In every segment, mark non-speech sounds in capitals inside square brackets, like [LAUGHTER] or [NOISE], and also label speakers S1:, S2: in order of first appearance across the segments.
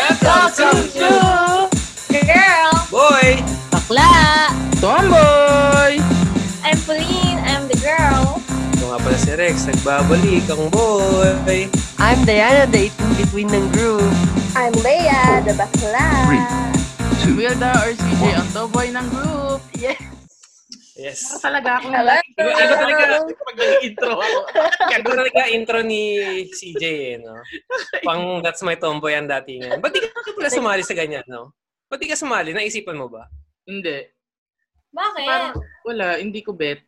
S1: Welcome to
S2: Girl,
S1: Boy!
S2: Bakla!
S3: Tomboy!
S2: I'm Pauline, I'm the girl.
S1: Ito nga pala si Rex, nagbabalik ang boy.
S3: I'm Diana, the in-between ng group.
S2: I'm Leia, the bakla.
S3: Wilda or CJ, ang Tomboy ng group. Yes!
S1: Yes.
S3: Talaga ako.
S2: Hello.
S1: Iba, iba talaga,
S3: Pag nag-intro ako.
S1: iba talaga intro ni CJ eh, no? Pang That's My Tomboy ang datingan. Ba't di ka ka pala sumali sa ganyan, no? Ba't di ka sumali? Naisipan mo ba?
S4: Hindi.
S2: Bakit?
S4: Parang, wala, hindi ko bet.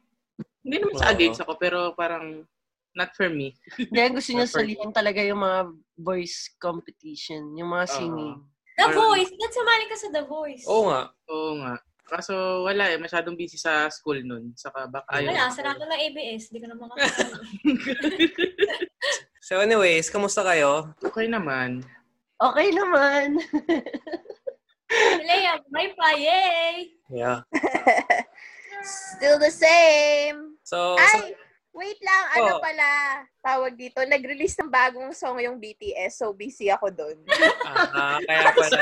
S4: Hindi naman sa
S1: Oo.
S4: against ako, pero parang not for me.
S3: Kaya gusto niya salihan talaga yung mga voice competition, yung mga singing.
S2: The
S4: parang-
S2: Voice. Ba't sumali ka sa The Voice?
S1: Oo nga.
S4: Oo nga. Kaso wala eh, masyadong busy sa school nun. Saka baka ayaw.
S2: Wala, sarado na ABS. Hindi ko na makakasama.
S1: So anyways, kamusta kayo?
S4: Okay naman.
S3: Okay naman.
S2: [LAUGHS] Leia, may pa, yay!
S1: Yeah.
S5: Still the same.
S1: Oh, So, so-
S5: Ay, wait lang. Ano
S1: Oh.
S5: pala tawag dito? Nag-release ng bagong song yung BTS, so busy ako
S1: [LAUGHS]
S5: doon.
S1: ah, ah, kaya pala.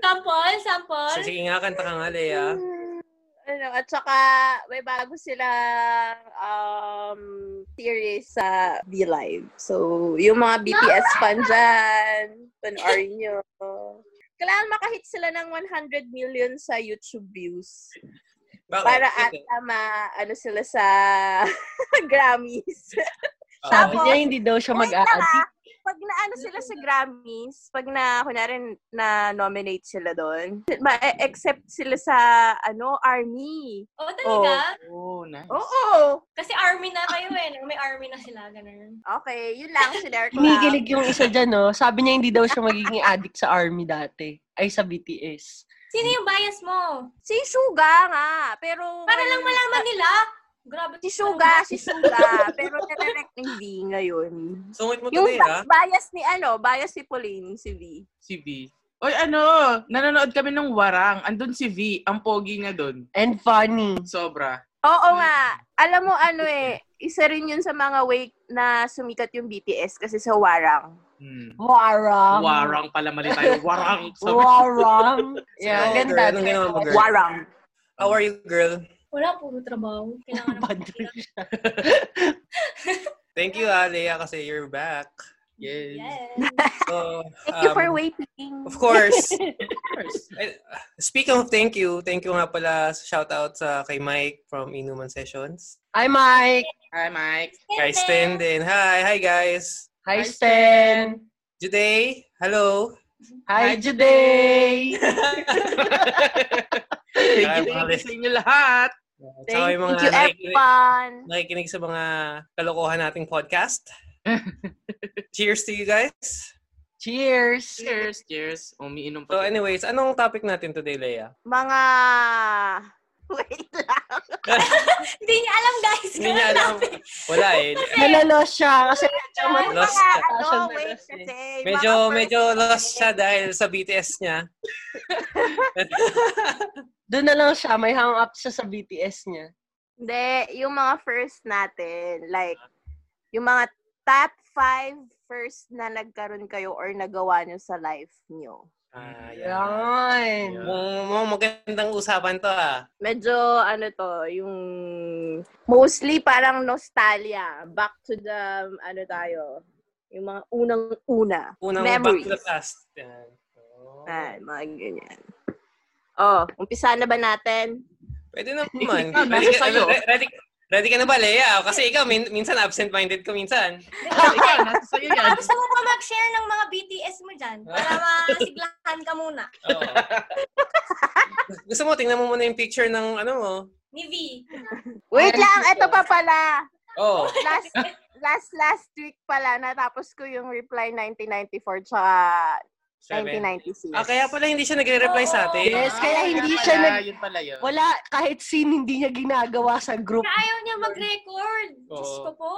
S2: Sample,
S1: So,
S2: sample.
S1: sige nga, kanta ka nga, Lea.
S5: Hmm, ano, at saka may bago silang um, series sa V-Live. So, yung mga BTS
S1: Ah!
S5: fan dyan, panoorin nyo. Kailangan makahit sila ng 100 million sa YouTube views.
S1: Bakit?
S5: Para at
S1: Bakit?
S5: ma, ano sila sa [LAUGHS] Grammys.
S1: Oo.
S3: Sabi
S5: Tapos-
S3: niya hindi daw siya
S5: Wait lang
S3: mag-a-addict.
S5: ah. Pag naano sila sa Grammys, pag na, kunwari, na-nominate sila doon, ma-accept sila sa, ano, ARMY.
S2: Oo, talaga?
S4: Oo, oh, nice.
S5: Oo!
S2: Kasi army na kayo eh. no? May army na sila, ganun.
S5: Okay, yun lang, sinare ko lang.
S3: Kinikilig yung isa dyan, no? Sabi niya hindi daw siya magiging addict sa army dati. Ay, sa BTS.
S2: Sino yung bias mo?
S5: Si Suga nga, pero...
S2: Para lang malaman nila. Grabe.
S5: Si
S2: [LAUGHS]
S5: Suga, si Suga, pero direct hindi ngayon.
S1: Sungit mo
S5: Yung
S1: today, ah. ha?
S5: bias ni ano, bias si Pauline, si V.
S4: Si V. Oy, ano, nanonood kami ng Warang. Andun si V. Ang pogi niya dun.
S3: And funny.
S4: Sobra.
S5: Oo nga. Alam mo ano eh, isa rin yun sa mga way na sumikat yung BTS kasi sa Warang.
S4: Hmm.
S3: Warang.
S4: warang pala mali [LAUGHS] tayo. Warang. Sobra.
S3: Warang. [LAUGHS]
S1: So,
S3: Yeah, ang ganda.
S1: anong ginawa mo, girl?
S5: Warang.
S1: How are you, girl?
S2: Wala, puro trabaho.
S1: [LAUGHS]
S2: Kailangan na
S3: Bad trip siya.
S1: Thank you, ah, Lea, kasi you're back.
S4: Yes.
S2: Yes.
S1: So,
S5: [LAUGHS] Thank you for
S1: um,
S5: waiting.
S1: Of course.
S4: Of course.
S1: Eh, Speaking of thank you, thank you nga pala sa shout out sa kay Mike from Inuman Sessions.
S3: Hi, Mike.
S4: Hi, [LAUGHS] Mike.
S1: Kay Sten din. Hi, hi guys.
S3: Hi, Stan.
S1: Juday,
S5: [LAUGHS]
S1: hello.
S3: Hi, Juday.
S4: thank you, thank you sa inyo lahat.
S1: Tsaka yung mga
S5: Thank you,
S1: nakikinig,
S5: everyone.
S1: nakikinig sa mga kalokohan nating
S5: [LAUGHS]
S1: podcast. Cheers to you guys.
S3: Cheers.
S4: Cheers, cheers. Umiinom
S1: So
S4: pa. tayo.
S1: anyways, anong topic natin today,
S5: [LAUGHS]
S1: Leia?
S5: Mga... Wait lang.
S2: Hindi niya alam, guys.
S1: [LAUGHS] Hindi niya alam. Wala eh.
S3: Nalalos siya kasi siya
S5: Mga,
S1: Lost.
S5: ano,
S3: Lost.
S5: wait kasi.
S1: Medyo,
S5: mga
S1: medyo
S5: first
S1: lost siya dahil sa BTS niya.
S3: doon na lang siya. May hang up siya sa BTS niya.
S5: Hindi, yung mga first natin, like, yung mga top five first na nagkaroon kayo or nagawa nyo sa life nyo.
S1: Ah, yeah.
S3: Yan.
S1: Mga magandang usapan to ah.
S5: Medyo, ano to, yung mostly parang nostalgia. Back to the, ano tayo, yung mga unang-una.
S1: Unang back
S5: Memories.
S1: to the past. Yan. Oo.
S5: Ah, mga ganyan. Oh, umpisa na ba natin?
S1: Pwede naman.
S4: Ikaw,
S1: ready,
S4: nasa
S1: ka,
S4: sa'yo.
S1: re- ready, ready ka na ba, Lea? Ah, Kasi ikaw, min- minsan absent-minded ko minsan.
S4: Ikaw, nasa sa'yo yan.
S2: Baka gusto mo pa mag-share ng mga BTS mo dyan. Para masiglahan ka muna.
S1: Oo. [LAUGHS] Gusto mo, tingnan mo muna yung picture ng ano mo.
S2: Ni V.
S5: Wait lang, ito pa pala.
S1: Oo.
S5: Last, [LAUGHS] last, last week pala, natapos ko yung reply 1994 tsaka
S1: seven.
S5: 1996.
S1: Ah, kaya pala hindi siya nagre-reply sa atin.
S3: Yes, kaya hindi siya
S4: pala,
S3: nag-
S4: Ah, Yun pala yun.
S3: Wala, kahit scene hindi niya ginagawa sa group.
S2: Kaya ayaw niya mag-record. Diyos
S1: Oo.
S2: ko po.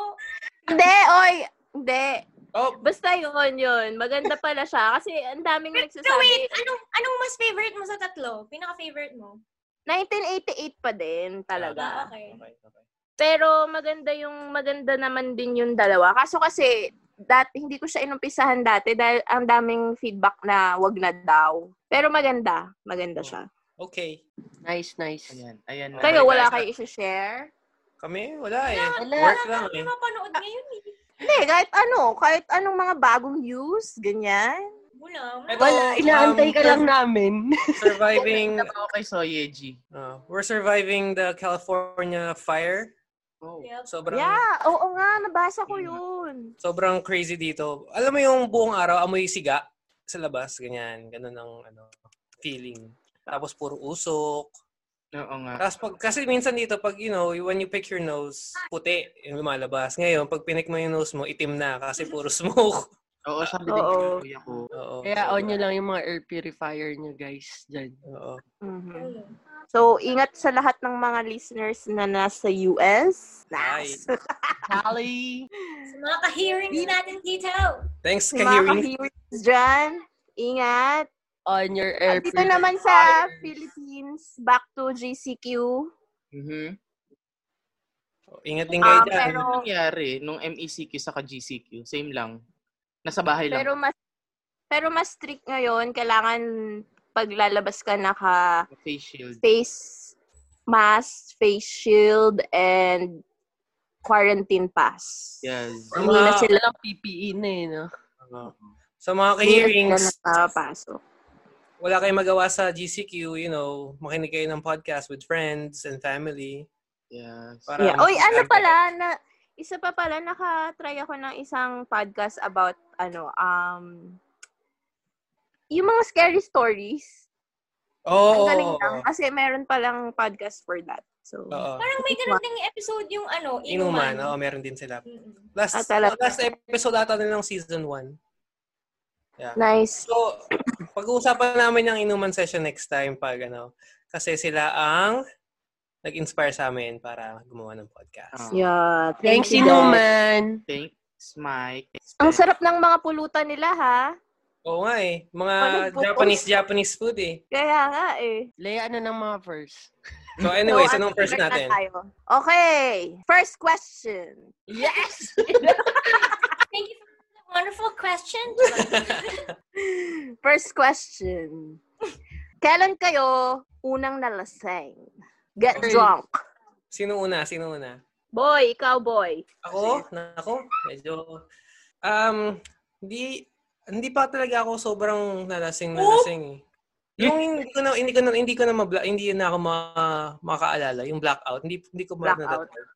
S5: Hindi, oy! Hindi.
S1: Oh,
S5: Basta yun, yun. Maganda pala siya. Kasi ang daming
S2: So wait,
S5: nagsasabi.
S2: anong, anong mas favorite mo sa tatlo? Pinaka-favorite mo?
S5: 1988 pa din
S2: Ah,
S5: talaga.
S2: okay.
S1: okay, okay.
S5: Pero maganda yung, maganda naman din yung dalawa. Kaso kasi, dati, hindi ko siya inumpisahan dati dahil ang daming feedback na wag na daw. Pero maganda. Maganda siya.
S1: Okay.
S3: Nice, nice.
S4: Ayan, ayan. na.
S5: Kayo,
S4: Guys,
S5: wala kayo i-share?
S1: Kami? Wala eh.
S3: Wala.
S1: Work lang
S2: Wala
S1: eh.
S2: kami mapanood ngayon eh.
S5: Hindi, kahit ano. Kahit anong mga bagong news, ganyan.
S2: Wala.
S1: Eto,
S3: Wala, inaantay
S1: um,
S3: ka lang namin.
S1: Surviving,
S4: Shout out kay Soyeji.
S1: uh, we're surviving the California fire.
S4: Oh.
S2: Yep.
S1: Sobrang,
S5: Yeah, oo nga. Nabasa ko yun.
S1: sobrang crazy dito. Alam mo yung buong araw, amoy siga sa labas, ganyan. Ganun ang ano, feeling. Tapos puro usok.
S4: Oo nga.
S1: Tapos pag, kasi minsan dito, pag you know, when you pick your nose, puti yung lumalabas. Ngayon, pag pinik mo yung nose mo, itim na kasi puro smoke. [LAUGHS]
S4: Oo, sabi din
S5: Oo.
S4: ko kuya ko.
S1: Oo.
S3: Kaya on nyo lang yung mga air purifier nyo, guys. Diyan.
S1: Oo.
S5: Mhm.
S2: Ayun.
S5: So, ingat sa lahat ng mga listeners na nasa US.
S1: Ay.
S5: Nice.
S3: Tally!
S2: Sa mga ka-hearings natin dito.
S1: Thanks,
S5: Sa mga
S1: Kahirin.
S5: ka-hearings dyan, ingat.
S3: On your air
S5: At dito naman sa E. Philippines, back to GCQ.
S4: Mhm.
S1: Ingat din kayo
S5: Ah,
S1: dyan.
S5: pero,
S4: Ano nangyari nung MECQ sa GCQ? Same lang. Nasa bahay lang.
S5: pero mas pero mas strict ngayon, kailangan paglalabas ka naka
S4: face shield.
S5: face mask, face shield, and quarantine pass.
S4: Yes.
S1: Ang
S5: Hindi na
S1: mga-
S5: sila
S3: Walang PPE na eh, no?
S1: Oo. Sa mga
S5: hindi na sila
S1: ka-hearings,
S5: nakapasok.
S1: wala kayong magawa sa GCQ, you know, makinig kayo ng podcast with friends and family.
S4: Yes.
S1: Para
S5: Yeah. Oy, ano pala na isa pa pala naka-try ako ng isang podcast about ano um yung mga scary stories.
S1: Oo.
S5: Ang
S1: Oh,
S5: galing lang kasi meron palang podcast for that. So,
S1: Oo.
S2: Parang may ganun ding episode yung ano,
S1: Inuman. Oo,
S2: Inuman.
S1: meron din sila.
S2: Mm-mm.
S1: Last,
S5: Ah, talaga.
S1: last episode ata nilang season 1.
S5: nice.
S1: So, pag-uusapan namin yung inuman session next time pag ano, kasi sila ang nag-inspire sa amin para gumawa ng podcast.
S4: Ah.
S5: Yeah, thank
S3: Thanks,
S5: you. guys.
S3: Inuman!
S4: Thanks, Mike.
S5: Ang sarap ng mga pulutan nila ha.
S1: Oo nga eh. Mga
S5: Walang
S1: Japanese, Japanese food eh.
S5: Kaya nga eh.
S3: Lea, ano ng mga first?
S1: So
S5: [LAUGHS]
S1: anyways,
S5: So,
S1: anong first
S5: start na
S1: natin?
S5: tayo. Okay. First question.
S3: Yes!
S2: Thank you for the wonderful question.
S5: First question. Kailan kayo unang nalasing? Get
S1: Okay.
S5: drunk.
S1: Sino una? Sino una?
S5: Boy, ikaw boy.
S1: Ako? Nako, medyo... Um, hindi, hindi pa talaga ako sobrang nalasing nalasing eh. Yung hindi ko na hindi ko na hindi ko na mabla, hindi na ako ma, makaalala yung blackout. Hindi hindi ko ma-
S5: Blackout.
S1: natatandaan.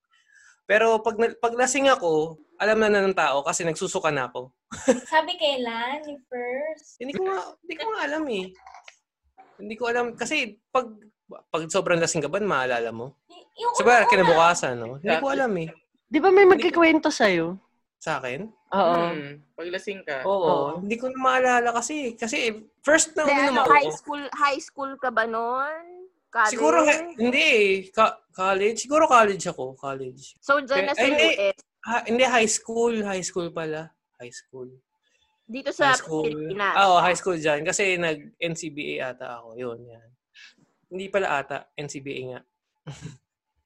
S1: Pero pag na- pag lasing ako, alam na na ng tao kasi nagsusuka na ako.
S2: Sabi kailan, yung first.
S1: Hindi ko nga, hindi ko nga alam eh. Hindi ko alam kasi pag pag sobrang lasing ka ba maalala mo?
S2: Y- Yung
S1: Sabi
S2: una-una.
S1: kinabukasan, no? Hindi ko alam eh.
S3: Di ba may magkikwento sa'yo?
S1: Sa akin?
S3: Oo.
S4: Hmm. Paglasing ka.
S1: Oo.
S3: Oo.
S1: Hindi ko na maalala kasi. Kasi eh, first na
S5: Hindi,
S1: uminom
S5: ano,
S1: ako.
S5: high school, high school ka ba noon? College?
S1: Siguro, hi- hindi eh. Ka- college? Siguro college ako. College.
S5: So, dyan na sa
S1: Ay, hindi.
S5: US.
S1: Ha, hindi, high school. High school pala. High school.
S5: Dito sa
S1: High school.
S5: Pilipinas.
S1: Ah, Oo, high school dyan. Kasi nag-NCBA ata ako. Yun, yan. Hindi pala ata. NCBA nga.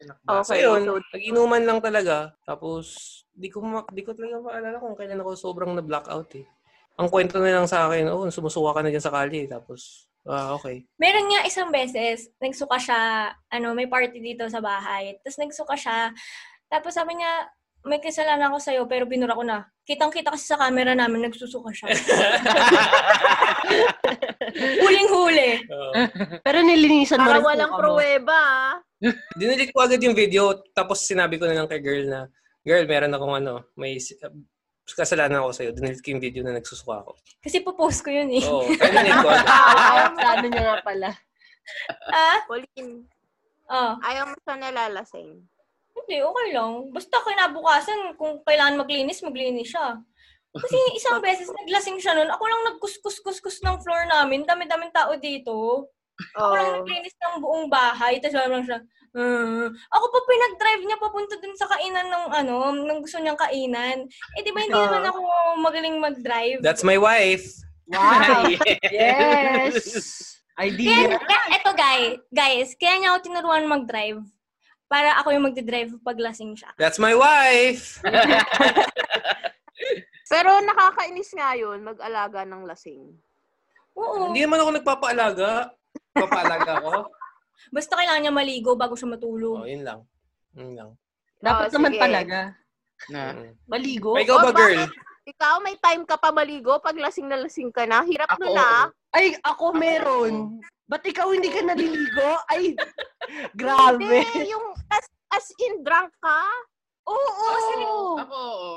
S5: Okay.
S1: So, yun.
S5: so-
S1: Nag-inuman lang talaga. Tapos, di ko, ma- di ko talaga maalala kung kailan ako sobrang na-blackout eh. Ang kwento na lang sa akin, oh, sumusuka ka na dyan sa kalye. Tapos, ah, okay.
S2: Meron nga isang beses, nagsuka siya, ano, may party dito sa bahay. Tapos nagsuka siya. Tapos sabi niya, may kasalanan ako sa'yo, pero binura ko na. Kitang-kita kasi sa camera namin, nagsusuka siya. Huling-huli.
S1: Oo.
S3: Pero nilinisan mo
S5: Para
S3: rin
S5: walang
S3: suka mo.
S5: pruweba. ah.
S1: Dinilit ko agad yung video, tapos sinabi ko na lang kay girl na, girl, meron akong ano, may s- uh, kasalanan ako sa'yo. Dinilit ko yung video na nagsusuka ako.
S2: Kasi popost ko yun eh.
S1: Oo, kaya dinilit ko agad.
S3: Ah, plano niya nga pala.
S2: [LAUGHS] Ah?
S5: Pauline,
S2: Oh,
S5: ayaw mo siya nalalasing.
S2: hindi, okay lang. Basta kinabukasan, kung kailangan maglinis, maglinis siya. Kasi isang beses naglasing siya nun, ako lang nagkuskus-kuskus ng floor namin. Dami-daming tao dito. Ako lang
S5: Oh.
S2: naglinis ng buong bahay. Tapos wala lang siya, "Mm." ako pa pinag-drive niya papunta dun sa kainan ng ano, ng gusto niyang kainan. Eh di ba hindi
S5: Oo.
S2: naman ako magaling mag-drive?
S1: That's my wife.
S3: Wow! [LAUGHS]
S5: [LAUGHS]
S3: yes!
S2: Kaya,
S3: Idea.
S2: kaya, eto guy, guys, kaya niya ako tinuruan mag-drive. Para ako yung magdidrive pag lasing siya.
S1: That's my wife!
S5: Pero nakakainis nga yun, mag-alaga ng lasing.
S2: Oo.
S1: Hindi naman ako nagpapaalaga. Papaalaga ako.
S2: Basta kailangan niya maligo bago siya
S1: Oh,
S2: matulog.
S1: yun lang. Yun lang.
S3: Dapat
S5: Oh,
S3: naman
S5: sige.
S3: talaga.
S4: Na.
S1: Mm.
S3: Maligo.
S1: Ikaw ba,
S5: Oh,
S1: girl?
S5: Ikaw, may time ka pa maligo pag lasing na lasing ka na. Hirap
S4: Ako,
S5: nun ah.
S3: Ay, ako meron. Ba't ikaw hindi ka naliligo? Ay, grabe.
S5: Hindi, yung as, as in drunk ka. Oo.
S4: Ako, oo.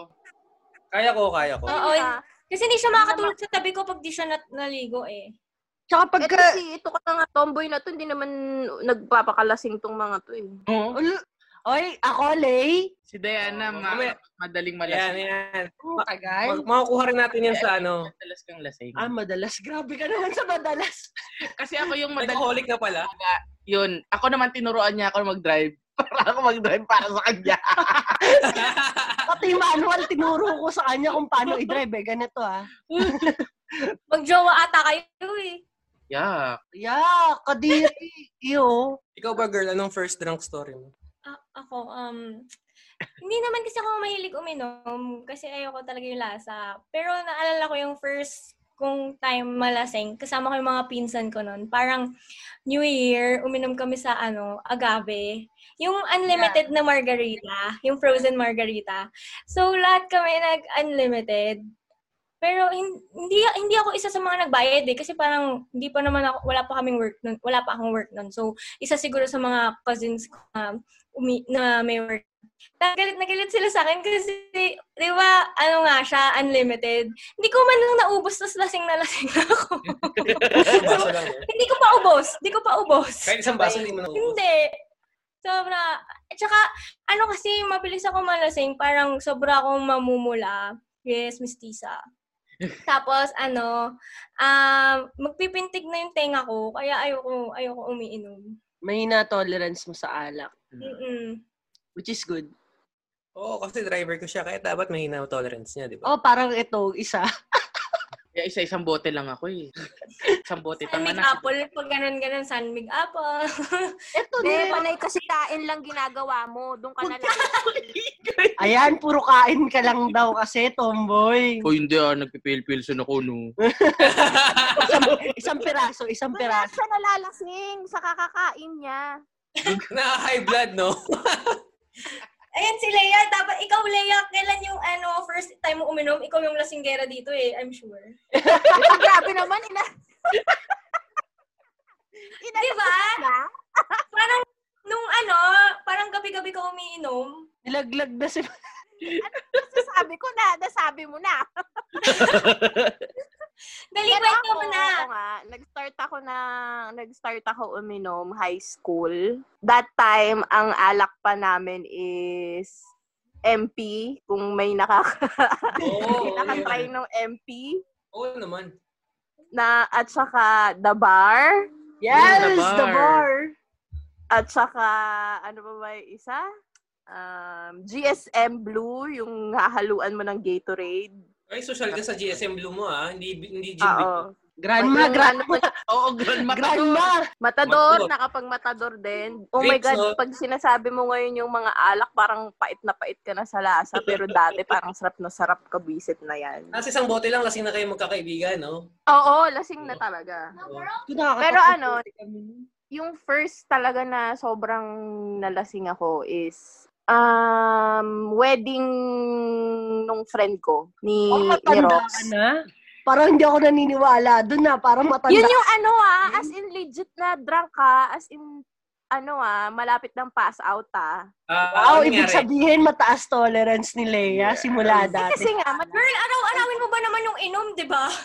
S1: Kaya ko, kaya ko.
S2: Oo.
S3: eh,
S5: Ah,
S2: Kasi hindi siya makakatulog sa tabi ko pag di siya nat- naligo eh.
S3: Tsaka
S5: Eto
S3: pagka,
S5: si, ito ka na nga tomboy na to, hindi naman nagpapakalasing tong mga to eh.
S4: Oo.
S3: Ul- Oy, ako, Lay.
S4: Si Diana,
S1: Oo,
S4: ma-
S1: mamaya-
S4: madaling
S1: Yan,
S4: malasing.
S1: yan.
S3: Tagal.
S1: Mag- makukuha rin natin yan sa ano.
S4: Madalas kang lasing.
S3: Ah, madalas. Grabe ka naman sa madalas.
S4: Kasi ako yung madaling
S1: Nag-holic na pala.
S4: yun. Ako naman tinuruan niya ako mag-drive. [LAUGHS] Para ako mag-drive para sa kanya.
S3: Pati yung manual, tinuro ko sa kanya kung paano i-drive. Eh. Ganito ah.
S2: Magjowa ata kayo eh.
S4: Yeah.
S3: Yeah, kadiri. Iyo.
S1: Ikaw ba, girl? Anong first drunk story mo?
S2: A- ako, um, hindi naman kasi ako mahilig uminom kasi ayoko talaga yung lasa. Pero naalala ko yung first kong time malasing, kasama ko yung mga pinsan ko noon. Parang New Year, uminom kami sa ano, agave. Yung unlimited na margarita, yung frozen margarita. So lahat kami nag-unlimited. Pero hin- hindi hindi ako isa sa mga nagbayad eh kasi parang hindi pa naman ako wala pa kaming work nun, wala pa akong work noon. So isa siguro sa mga cousins ko na, umi- na may work. Nagalit na galit sila sa akin kasi, di ba, ano nga siya, unlimited. Hindi ko man lang naubos, tapos lasing na lasing [LAUGHS] na ako.
S1: Baso lang. eh.
S2: hindi ko pa ubos, hindi ko pa ubos.
S1: Kahit isang baso, hindi mo na
S2: Hindi. Sobra. At saka, ano kasi, mabilis ako malasing. Parang sobra akong mamumula. Yes,
S1: [LAUGHS]
S2: mistisa. Tapos, ano, um, magpipintig na yung tenga ko. Kaya ayoko, ayoko umiinom.
S3: May na tolerance mo sa alak.
S1: Hmm.
S2: Mm-mm.
S3: Which is good.
S1: Oo, kasi driver ko siya. Kaya dapat mahina ang tolerance niya, di ba? [LAUGHS]
S3: Oh, parang ito, isa.
S4: Kaya isa-isang bote lang ako eh. Isang bote tanga
S2: Sunmig
S4: na.
S2: apple. Pag ganun-ganun, sunmig apple. [LAUGHS]
S3: Ito,
S5: Hindi, panay kasi kain lang ginagawa mo. Doon ka na lang.
S3: Ayan, puro kain ka lang daw kasi, tomboy.
S4: O hindi ah, nagpipil-pilson ako no.
S3: Isang, isang piraso, isang
S5: [LAUGHS] Wala
S3: piraso.
S5: siya nalalasing sa kakakain niya.
S1: Naka-high blood, no?
S2: Ayan si Leia. Dapat ikaw, Leia, kailan yung ano, first time mo uminom, ikaw yung lasinggera dito eh, I'm sure.
S5: Ito, grabe naman. Ina...
S2: [LAUGHS]
S5: ina
S2: Diba?
S5: na.
S2: Parang, nung ano, parang gabi-gabi ka umiinom,
S3: Nilaglag na si...
S5: Sabi ko na, nasabi mo na.
S2: Dali,
S5: Pero
S2: kwento
S5: ako,
S2: mo na.
S5: ako nga, nag-start ako na, nag-start ako uminom high school. That time, ang alak pa namin is MP, kung may nakaka-
S1: Oo.
S2: Oh,
S5: nakatry
S1: yun.
S5: ng MP.
S1: Oo naman.
S5: Na, at saka The Bar.
S3: Yes, the
S4: The bar.
S3: bar.
S5: At saka, ano ba ba yung isa? Um, GSM Blue, yung hahaluan mo ng Gatorade.
S1: Ay, social ka sa GSM Blue mo, ah. Hindi, hindi gym.
S5: Oo.
S3: Grandma,
S5: Yung
S3: grandma,
S5: ano mo,
S4: Oo, grandma.
S3: grandma.
S5: Matador,
S1: Matador.
S5: nakapag-matador din. Oh my
S1: Grapes, no?
S5: God, pag sinasabi mo ngayon yung mga alak, parang pait na pait ka na sa lasa. Pero dati, parang sarap na sarap ka visit na yan.
S1: Nasa isang bote lang, lasing na kayo magkakaibigan, no?
S5: Oo, lasing na talaga. Pero ano, Yung first talaga na sobrang nalasing ako is um, wedding nung friend ko ni,
S3: Oh,
S5: ni
S3: matanda
S5: Rox.
S3: ka na? Parang hindi ako naniniwala. Doon na, parang matanda.
S5: Yun yung ano ah, as in legit na drunk ka, as in ano ah, malapit ng pass out ah.
S1: Ah,
S3: wow,
S1: ano
S3: Oh, ibig
S1: nangyari?
S3: sabihin mataas tolerance ni Leia simula
S5: Eh,
S3: dati.
S5: kasi nga, mat-
S2: Girl, araw-arawin mo ba naman yung inom, di ba?
S5: [LAUGHS]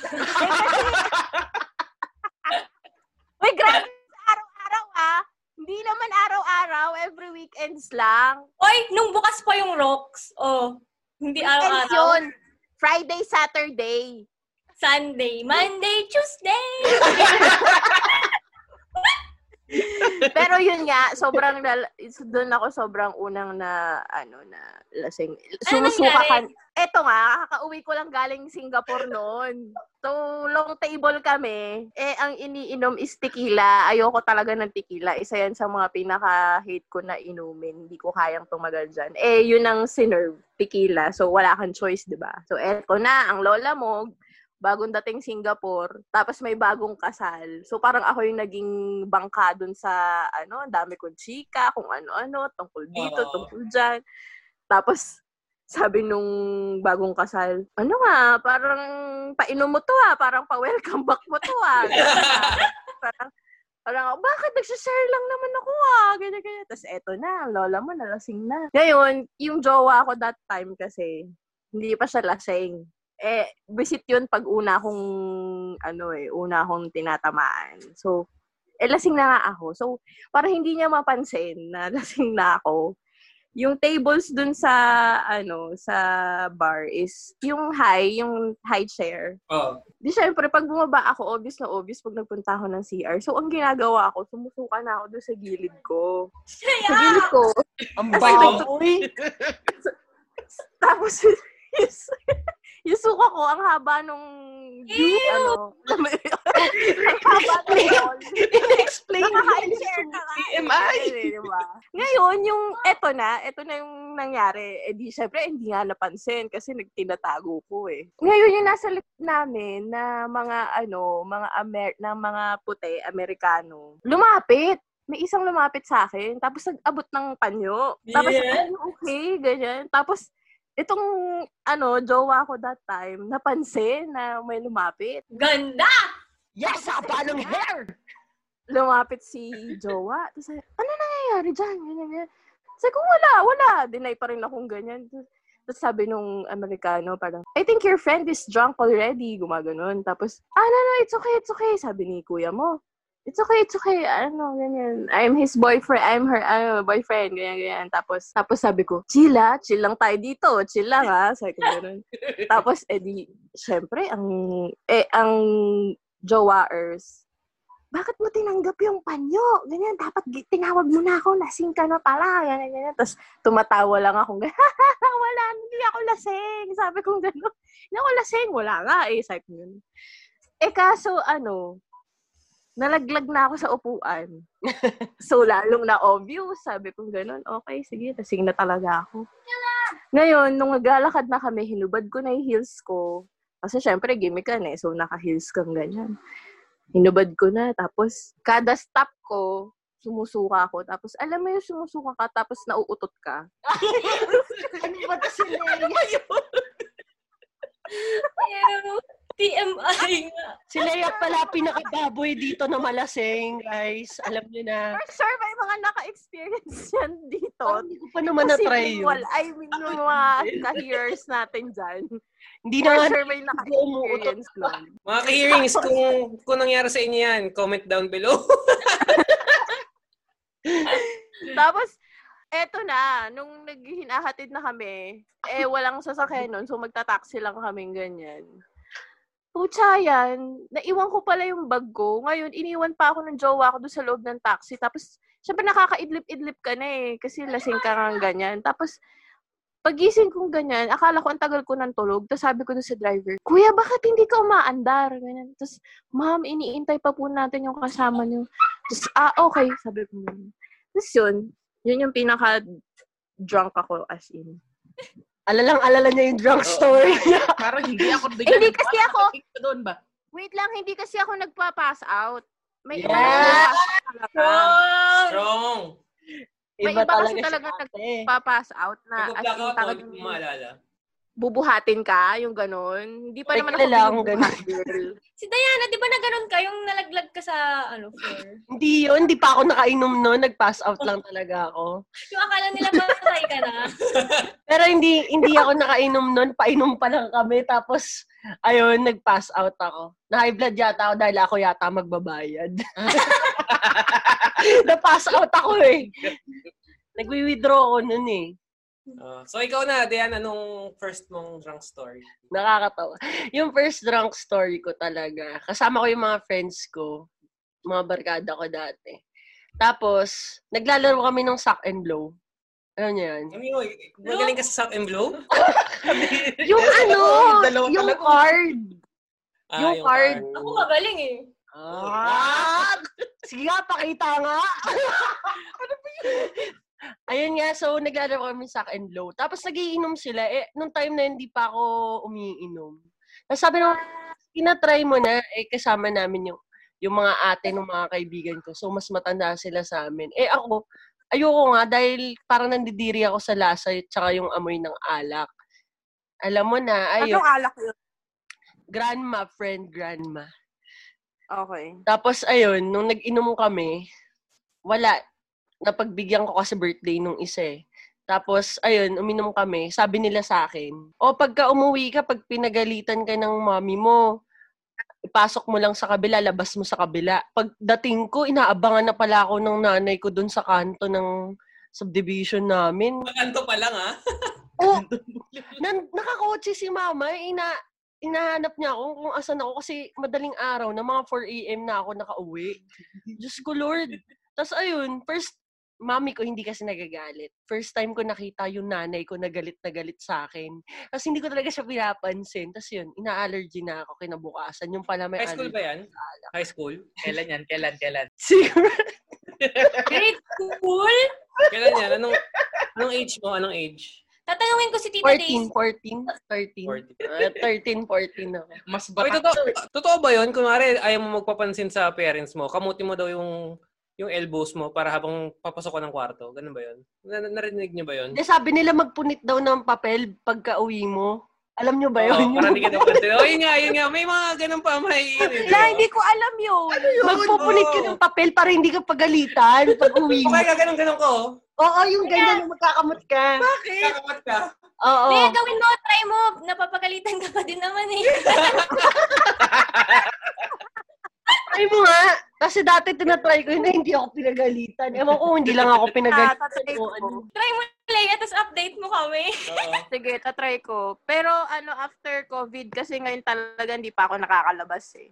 S5: Uy, grabe araw-araw ah. Hindi naman araw-araw, every weekends lang.
S2: Oy, nung bukas pa yung rocks, oh, hindi
S5: Weekends
S2: araw-araw.
S5: yun. Friday, Saturday.
S2: Sunday, Monday, Tuesday.
S5: Pero Pero yun nga, sobrang lala- is- doon ako sobrang unang na ano na lasing. Sumusuka ka.
S2: Ano nangyari? [LAUGHS]
S5: Eto nga, kakauwi ko lang galing Singapore noon. So, long table kami. Eh, ang iniinom is tequila. Ayoko talaga ng tequila. Isa yan sa mga pinaka-hate ko na inumin. Hindi ko kayang tumagal dyan. Eh, yun ang sinerve, tequila. So, wala kang choice, di ba? So, eto na, ang lola mo, bagong dating Singapore, tapos may bagong kasal. So parang ako yung naging bangka dun sa ano, ang dami kong chika, kung ano-ano, tungkol dito,
S1: Oo.
S5: tungkol dyan. Tapos sabi nung bagong kasal, ano nga, parang painom mo to ah, parang pa-welcome back mo to ah. parang, parang ako, bakit nagsashare lang naman ako ah, ganyan, ganyan. Tapos eto na, ang lola mo, nalasing na. Ngayon, yung jowa ko that time kasi, hindi pa siya lasing eh, visit yun pag una akong, ano eh, una akong tinatamaan. So, eh, lasing na nga ako. So, para hindi niya mapansin na [LAUGHS] lasing na ako, yung tables dun sa, ano, sa bar is, yung high, yung high chair,
S1: Oh.
S5: Di syempre, pag bumaba ako, obvious na obvious pag nagpunta ako ng CR. So, ang ginagawa ko, sumusuka na ako doon sa gilid ko. Sa
S2: Shaya!
S5: gilid ko. [LAUGHS]
S3: Ang
S5: Kasi
S3: bago.
S5: nagtu- Tapos, yung, yung suka ko, ang haba nung
S2: Ew!
S5: ano, [LAUGHS] ang haba ng wall.
S3: [LAUGHS] In-explain mo.
S5: Nakaka-high chair ka nga.
S4: TMI.
S5: Eh, di ba? Ngayon, yung eto na, eto na yung nangyari. Eh di, syempre, hindi nga napansin kasi nagtinatago ko eh. Ngayon, yung nasa likod namin na mga ano, mga Amer- na mga puti, Amerikano, lumapit. May isang lumapit sa akin, tapos nag-abot ng panyo. Tapos,
S1: Yeah.
S5: "Ay, okay, ganyan. Tapos, itong, ano, jowa ko that time, napansin na may lumapit.
S2: Ganda!
S3: Yes, haba ng hair!
S5: lumapit si Jowa. Tapos, sabi, ano nangyayari dyan? Ganyan, ganyan. Sabi ko, wala, wala. Deny pa rin akong ganyan. Tapos sabi nung Amerikano, parang, I think your friend is drunk already. Gumaganon. Tapos, ah, no, no, it's okay, it's okay. Sabi ni kuya mo. It's okay, it's okay. Ano, ganyan. I'm his boyfriend. I'm her ano, boyfriend. Ganyan, ganyan. Tapos, tapos sabi ko, chill ah. Chill lang tayo dito. Chill lang ha. Sabi ko, ganun. tapos, edi, syempre, ang, eh, ang jowaers, bakit mo tinanggap yung panyo? Ganyan, dapat gi- tinawag mo na ako, lasing ka na pala, ganyan, ganyan. Tapos tumatawa lang ako, [LAUGHS] ganyan, wala, hindi ako lasing. Sabi kong gano'n, hindi ako lasing, wala nga eh, sabi ko yun. Eh kaso, ano, nalaglag na ako sa upuan. so, lalong na obvious, sabi kong gano'n, okay, sige, lasing na talaga ako. Ngayon, nung naglalakad na kami, hinubad ko na yung heels ko. Kasi syempre, gimmickan eh, so naka-heels kang ganyan hinubad ko na. Tapos, kada stop ko, sumusuka ako. Tapos, alam mo yung sumusuka ka, tapos nauutot ka.
S3: Ano ba ito scenario?
S2: Ew. TMI nga.
S3: Si Leia pala pinakababoy dito na malasing, guys. Alam niyo na.
S5: For sure, may mga naka-experience [LAUGHS] yan dito.
S3: Parang hindi ko pa naman na-try
S5: Posibleng
S3: yun.
S5: wal- I mean, yung mga
S3: [LAUGHS]
S5: ka-hearers natin dyan.
S3: Hindi
S5: For
S3: na nga
S5: sure, may
S3: hindi ko umuutot.
S5: naka-experience nun.
S1: Mga ka-hearings, kung, kung nangyari sa inyo yan, comment down below.
S5: Tapos, eto na, nung naghinahatid na kami, eh, walang sasakyan nun, so magta-taxi lang kaming ganyan. Pucha yan, naiwan ko pala yung bag ko. Ngayon, iniwan pa ako ng jowa ko doon sa loob ng taxi. Tapos, syempre nakakaidlip-idlip ka na eh, kasi lasing ka nga ganyan. Tapos, pagising kong ganyan, akala ko ang tagal ko ng tulog. Tapos sabi ko dun sa driver, Kuya, bakit hindi ka umaandar? Ganyan. Tapos, ma'am, iniintay pa po natin yung kasama niyo. Tapos, ah, okay. Sabi ko, ganun. Tapos yun, yun yung pinaka drunk ako as in.
S3: Alalang-alala niya yung drunk
S1: Oo.
S3: story niya.
S4: Parang hindi ako bigla.
S5: Eh, Hindi kasi ako,
S4: Doon ba?
S5: wait lang, hindi kasi ako nagpa-pass out. May iba
S3: Yeah.
S5: iba talaga.
S1: Strong!
S5: May iba kasi talaga
S3: ate.
S5: Nagpa-pass out na Ah, as in
S1: Nag-blackout ako,
S5: talagang
S1: hindi ko maalala.
S5: bubuhatin ka, yung ganun. Hindi pa
S3: May
S5: naman ako
S3: kilala akong
S5: binubuhat, [LAUGHS] girl.
S2: Si Diana, di ba na ganun ka? Yung nalaglag ka sa, ano, floor?
S3: Hindi yun, hindi pa ako nakainom noon. Nag-pass out lang talaga ako.
S2: Yung akala nila mamatay ka
S4: [LAUGHS]
S2: na.
S3: Pero hindi hindi ako nakainom noon. Painom pa lang kami. Tapos, ayun, nag-pass out ako. Na-high blood yata ako dahil ako yata magbabayad. [LAUGHS] Na-pass out ako eh. Nagwi-withdraw ako noon eh.
S1: Ah, so ikaw na, Diana, anong first mong drunk story?
S3: Nakakatawa. Yung first drunk story ko talaga, kasama ko yung mga friends ko, mga barkada ko dati. Tapos, naglalaro kami ng sock and blow. Alam niyo yan?
S1: Kami, oy, magaling ka sa sock and blow?
S3: Yung ano,
S4: Dalawa
S3: yung
S4: talaga.
S3: card.
S1: Ah,
S3: Yung card.
S2: Ako magaling eh.
S3: Ah! [LAUGHS] Sige nga, pakita nga. Ayun nga, so naglalaro kami sa and low. Tapos nagiinom sila. Eh, nung time na hindi pa ako umiinom. Tapos sabi naman, tinatry mo na, eh kasama namin yung, yung mga ate ng mga kaibigan ko. So, mas matanda sila sa amin. Eh ako, ayoko nga dahil parang nandidiri ako sa lasa at saka yung amoy ng alak. Alam mo na, ayun,
S5: Anong alak yun?
S3: grandma, friend, grandma.
S5: Okay.
S3: Tapos ayun, nung nag-inom kami, wala. Napagbigyan ko kasi birthday nung isa eh. Tapos, ayun, uminom kami. Sabi nila sa akin, o pagka umuwi ka, pag pinagalitan ka ng mami mo, ipasok mo lang sa kabila, labas mo sa kabila. Pagdating ko, inaabangan na pala ako ng nanay ko dun sa kanto ng subdivision namin.
S1: Makanto pa lang, ah.
S3: Oh, nan nakakotse si mama, ina inahanap niya ako kung asan ako kasi madaling araw na mga 4 a.m. na ako nakauwi. Diyos ko Lord. Tapos ayun, first, mami ko hindi kasi nagagalit. First time ko nakita yung nanay ko nagalit na galit sa akin. Tapos hindi ko talaga siya pinapansin. Tapos yun, ina-allergy na ako kinabukasan. Yung pala may
S1: High school
S3: [LAUGHS] allergy.
S1: ba yan? High school?
S4: Kailan yan? Kailan? Kailan?
S3: Siguro,
S2: Grade school?
S1: Kailan yan? Anong, anong age mo? Anong age?
S2: Tatanungin ko si Tita
S3: 14,
S2: Daisy.
S3: 14, 13.
S1: 40.
S3: Ah, [LAUGHS] 13, 14 ako.
S4: Mas
S1: Wait,
S4: bata.
S1: totoo, totoo ba yun? Kunwari, ayaw mo magpapansin sa parents mo. Kamuti mo daw yung yung elbows mo para habang papasok ka ng kwarto. Ganun ba yun? Na- narinig niyo ba yun?
S3: Hindi, sabi nila magpunit daw ng papel pagka uwi mo. Alam nyo ba yun?
S1: Oo, para
S3: [LAUGHS]
S1: hindi ka napansin. Oh, yun nga, yun nga. May mga ganun pa. May
S5: Wala, hindi ko alam yun.
S3: Magpupunit ka ng papel para hindi ka pagalitan pag uwi mo.
S1: Okay, ganun ganun ko.
S3: Oo, yung ganyan, yung magkakamot ka.
S5: Bakit?
S1: Kakamot ka.
S3: Oo.
S4: Oh.
S2: Hindi, gawin mo, try mo. Napapagalitan ka pa din naman eh.
S3: Try mo nga. Kasi dati tinatry ko yun na hindi ako pinagalitan. Ewan ko, hindi lang ako
S5: Ah,
S3: pinagalitan.
S5: tatry
S3: O ano.
S5: ko.
S2: try mo, Leia, tapos update mo kami.
S1: Oo.
S5: Sige, tatry ko. Pero ano, after COVID, kasi ngayon talaga hindi pa ako nakakalabas eh.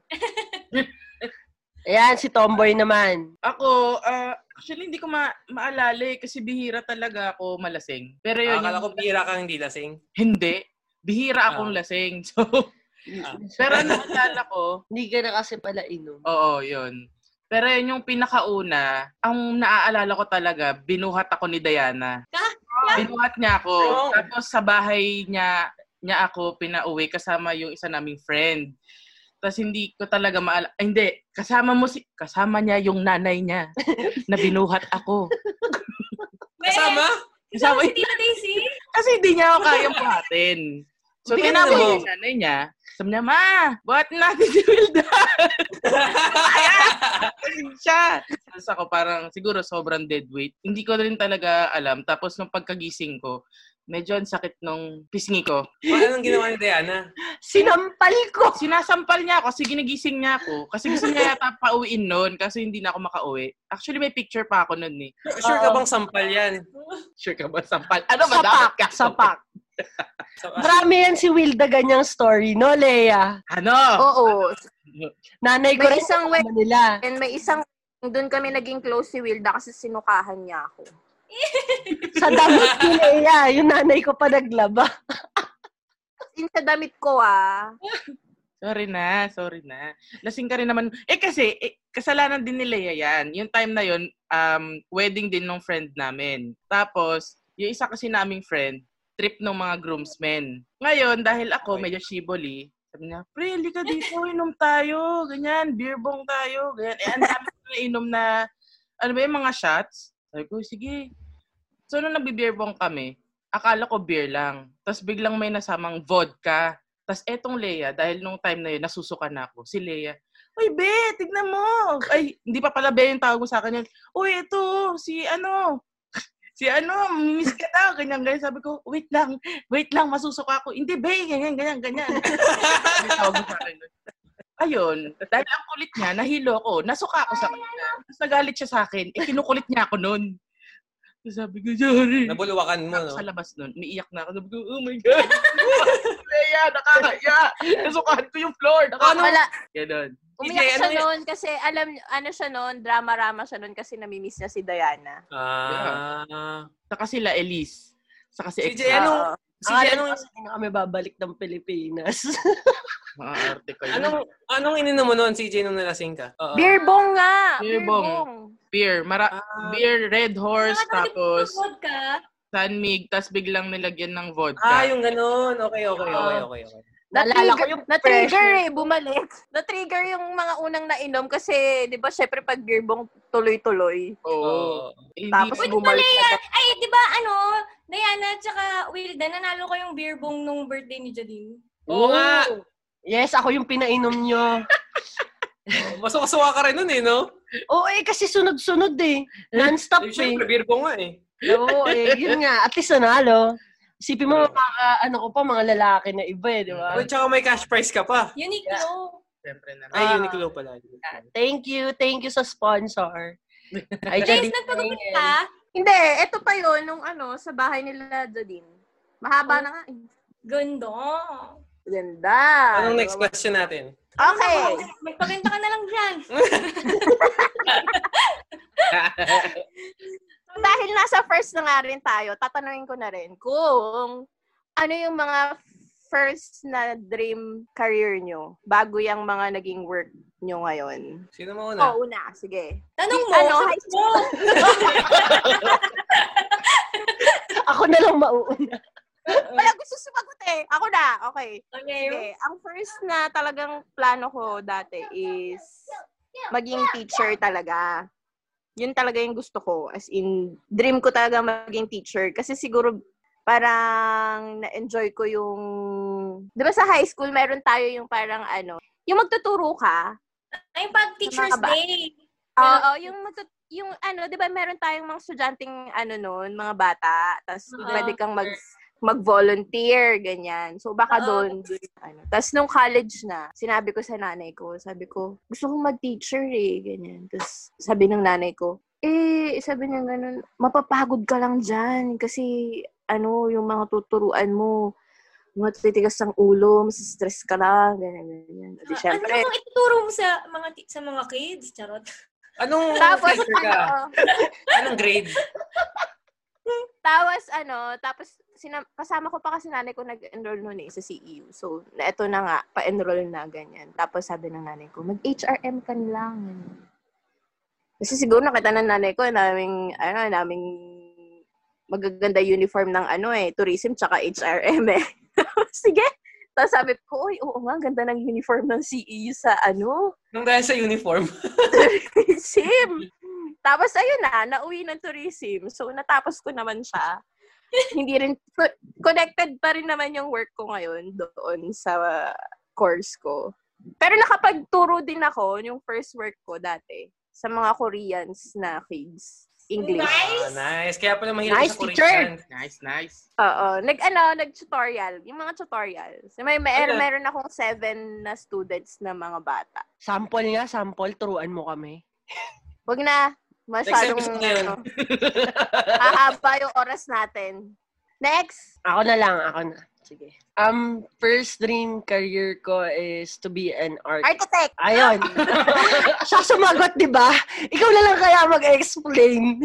S3: Ayan, si Tomboy naman.
S4: Ako, ah, actually, hindi ko ma- maalala eh, kasi bihira talaga ako malasing. Pero yun,
S1: Akala ko
S4: yung-
S1: pira kang hindi lasing.
S4: hindi. Bihira akong
S1: Ah.
S4: lasing. [LAUGHS] So, pero ang naalala ko,
S3: Hindi ka na kasi pala inom.
S4: oo, yun. Pero yun yung pinakauna, ang naaalala ko talaga, binuhat ako ni Diana.
S2: Ka?
S4: Binuhat niya ako.
S1: Oo.
S4: Tapos sa bahay niya, niya ako pinauwi kasama yung isa naming friend. Tapos hindi ko talaga maala... Ay, hindi, kasama mo si... Kasama niya yung nanay niya na binuhat ako.
S3: Eh!
S1: Kasama?
S2: Kasama
S4: Kasama
S2: si Tita Daisy.
S4: Kasi hindi niya ako kayang buhatin. So,
S1: Bigyan
S4: tinawag
S1: mo.
S4: niya yung nanay niya. Sabi niya, ma, buhat natin si Wilda. [LAUGHS] siya. Tapos ako parang, siguro sobrang dead weight. Hindi ko rin talaga alam. Tapos nung pagkagising ko, medyo ang sakit nung pisngi ko.
S1: O, anong ginawa ni
S3: [LAUGHS]
S1: Diana?
S3: Sinampal ko!
S4: Sinasampal niya ako kasi ginigising niya ako. Kasi gusto niya yata pauwiin noon kasi hindi na ako makauwi. Actually, may picture pa ako noon eh.
S1: Sure ka bang sampal yan?
S4: Sure ka ba sampal? Ano ba dapat
S3: Sapak,
S4: ka?
S3: sapak.
S1: Sa-
S3: Marami yan si Wilda ganyang story, no, Lea?
S4: Ano?
S5: Oo.
S3: Nanay ko
S5: May
S3: rin
S5: isang
S3: kasama nila.
S5: And may isang doon kami naging close si Wilda kasi sinukahan niya ako.
S3: Sa damit ni Lea, yung nanay ko pa naglaba.
S5: In sa damit ko ah.
S4: Sorry na, sorry na. Lasing ka rin naman. Eh kasi, eh, kasalanan din ni Lea yan. Yung time na yun, um, wedding din ng friend namin. Tapos, yung isa kasi naming friend, trip ng mga groomsmen. Ngayon, dahil ako,
S1: Okay.
S4: medyo shiboli, sabi niya, pre, hindi ka dito, inom tayo, ganyan, beer bong tayo, ganyan. Eh, ang dami ko na inom na, ano ba yung mga shots? Sabi ko, sige. So, nung nagbe-beer bong kami, akala ko beer lang. Tapos biglang may nasamang vodka. Tapos etong Leia, dahil nung time na yun, nasusuka na ako. Si Leia, Uy, be, tignan mo. Ay, hindi pa pala be yung tawag mo sa akin yun. Uy, ito, si ano, si ano, miss ka daw, ganyan, ganyan. Sabi ko, wait lang, wait lang, masusuka ako. Hindi, be, ganyan, ganyan, ganyan. [LAUGHS] Yung tawag mo sa akin yun. Ayun, dahil ang kulit niya, nahilo ko, nasuka ako sa kanya. Tapos nagalit siya sa akin, eh, kinukulit niya ako nun. Tapos Sabi ko, sorry.
S1: Nabuluwakan mo,
S4: Ako
S1: no?
S4: sa labas nun, umiiyak na ako. Sabi ko, oh my [LAUGHS] God. Leia, nakakaya. Nasukahan ko yung floor. Nakakaya.
S5: Wala,
S4: Ganon.
S1: DJ,
S5: Umiyak siya
S1: ano y-
S5: noon kasi alam ano siya noon, drama-rama siya noon kasi namimiss niya si Diana.
S1: Ah.
S4: Saka sila Elise. Saka si
S1: CJ,
S4: Ex-
S1: ano?
S5: Oo.
S1: CJ, anong,
S3: Kasi na kami babalik ng Pilipinas.
S4: Mga arte kayo.
S1: anong, anong ininom mo noon, CJ, nung nalasing ka? Oo.
S5: Beer bong nga!
S4: Beer
S5: Beer
S4: bong.
S5: bong.
S4: Beer. Mara-
S1: Ah.
S4: beer, Red Horse, tapos
S2: Vodka.
S4: Sanmig, tapos biglang nilagyan ng vodka.
S1: Ah, yung ganun. Okay, okay, okay, okay. okay.
S3: Naalala ko yung
S5: Na-trigger eh, bumalik. Na-trigger yung mga unang nainom kasi, di ba, syempre pag beer bong, tuloy-tuloy.
S4: Oo.
S1: Oo.
S4: Hindi
S5: Tapos
S4: na
S5: bumalik na.
S2: Ay, di ba ano, Diana at saka Wilda, nanalo kayong beer bong nung birthday ni Jadine.
S1: Oo nga.
S3: Yes, ako yung pinainom nyo.
S1: Masukasuka ka rin nun eh, no?
S3: Oo eh, kasi sunod-sunod eh.
S1: Eh,
S3: Non-stop eh.
S1: Siyempre, beer bong nga eh.
S3: Oo eh, yun nga. At least nanalo. Isipin mo,
S1: Oo.
S3: mga, ano ko pa, mga lalaki na iba eh, di ba?
S1: At saka may cash prize ka pa.
S2: Uniqlo.
S4: Siyempre na.
S1: Ay,
S3: Ah.
S1: Uniqlo pala.
S3: Thank you. Thank you sa sponsor. Ay,
S2: James,
S3: Jadine
S2: nagpagupit
S3: Ringel.
S2: ka?
S5: Hindi, eto pa yon nung ano, sa bahay nila, Jodine.
S1: Oh.
S5: Mahaba na nga. eh.
S2: Gondo.
S5: Ganda.
S1: Anong next question natin?
S5: Okay.
S2: Magpaganda ka na lang dyan.
S5: Dahil nasa first na nga rin tayo, tatanungin ko na rin kung ano yung mga first na dream career nyo bago yung mga naging work nyo ngayon.
S1: Sino mo
S5: Oo,
S1: una?
S5: una. Sige.
S2: Tanong mo.
S5: Ano,
S2: sagot
S5: high
S2: mo.
S3: Ako na lang mauuna.
S5: Wala gusto sumagot eh. Ako na. Okay.
S2: Okay.
S5: Sige. Ang first na talagang plano ko dati is maging teacher talaga. Yun talaga yung gusto ko. As in, dream ko talaga maging teacher. Kasi siguro parang na-enjoy ko yung... Di ba sa high school, meron tayo yung parang ano, yung magtuturo ka.
S2: Ay, Ah, pag Teacher's
S5: Mga ba-
S2: Day. Ah,
S5: Oo, oh, yung magtut- yung ano, 'di ba meron tayong mga estudyanteng ano noon, mga bata, tapos
S2: Oo.
S5: pwede kang mag mag-volunteer, ganyan. So, baka
S2: Oo.
S5: doon. Ano. Tapos, nung college na, sinabi ko sa nanay ko, sabi ko, gusto kong mag-teacher eh, ganyan. Tapos, sabi ng nanay ko, eh, sabi niya ganun, mapapagod ka lang dyan kasi, ano, yung mga tuturuan mo, matitigas ang ulo, stress ka lang, ganyan, ganyan.
S2: Ah,
S5: At syempre,
S2: Ano bang ituturo mo sa mga ti- sa mga kids? Charot.
S1: Anong
S5: tapos, [LAUGHS]
S1: teacher ka?
S5: ano,
S1: Anong grade?
S5: Tapos ano, tapos sina- kasama ko pa kasi nanay ko nag-enroll noon eh sa CEU. So, na eto na nga, pa-enroll na ganyan. Tapos sabi ng nanay ko, mag-HRM ka na lang. Kasi siguro nakita ng nanay ko, naming, ano, naming magaganda uniform ng ano eh, tourism tsaka HRM eh. [LAUGHS] Sige. Tapos sabi ko, uy, oo nga, ang ganda ng uniform ng CEU sa ano,
S1: Nung dahil sa uniform?
S5: [LAUGHS] tourism. Tapos ayun na, nauwi ng tourism. So natapos ko naman siya. Hindi rin co- connected pa rin naman yung work ko ngayon doon sa course ko. Pero nakapagturo din ako yung first work ko dati sa mga Koreans na kids. English.
S1: Ah, nice. Kaya pala mahirap
S3: Nice
S1: sa
S3: teacher.
S1: Korean.
S4: Nice, nice.
S5: Oo. Nag, ano, nag-tutorial. Yung mga tutorials. May, may,
S1: Ano?
S5: meron akong seven na students na mga bata.
S3: Sample nga, sample. Turuan mo kami.
S5: Huwag na. Masyadong,
S1: episode na yun.
S5: ano, hahaba yung oras natin. Next!
S3: Ako na lang, ako na. Sige. Um, first dream career ko is to be an artist.
S5: Architect!
S3: [LAUGHS] Ayun. Siya sumagot, di ba? Ikaw na lang kaya mag-explain.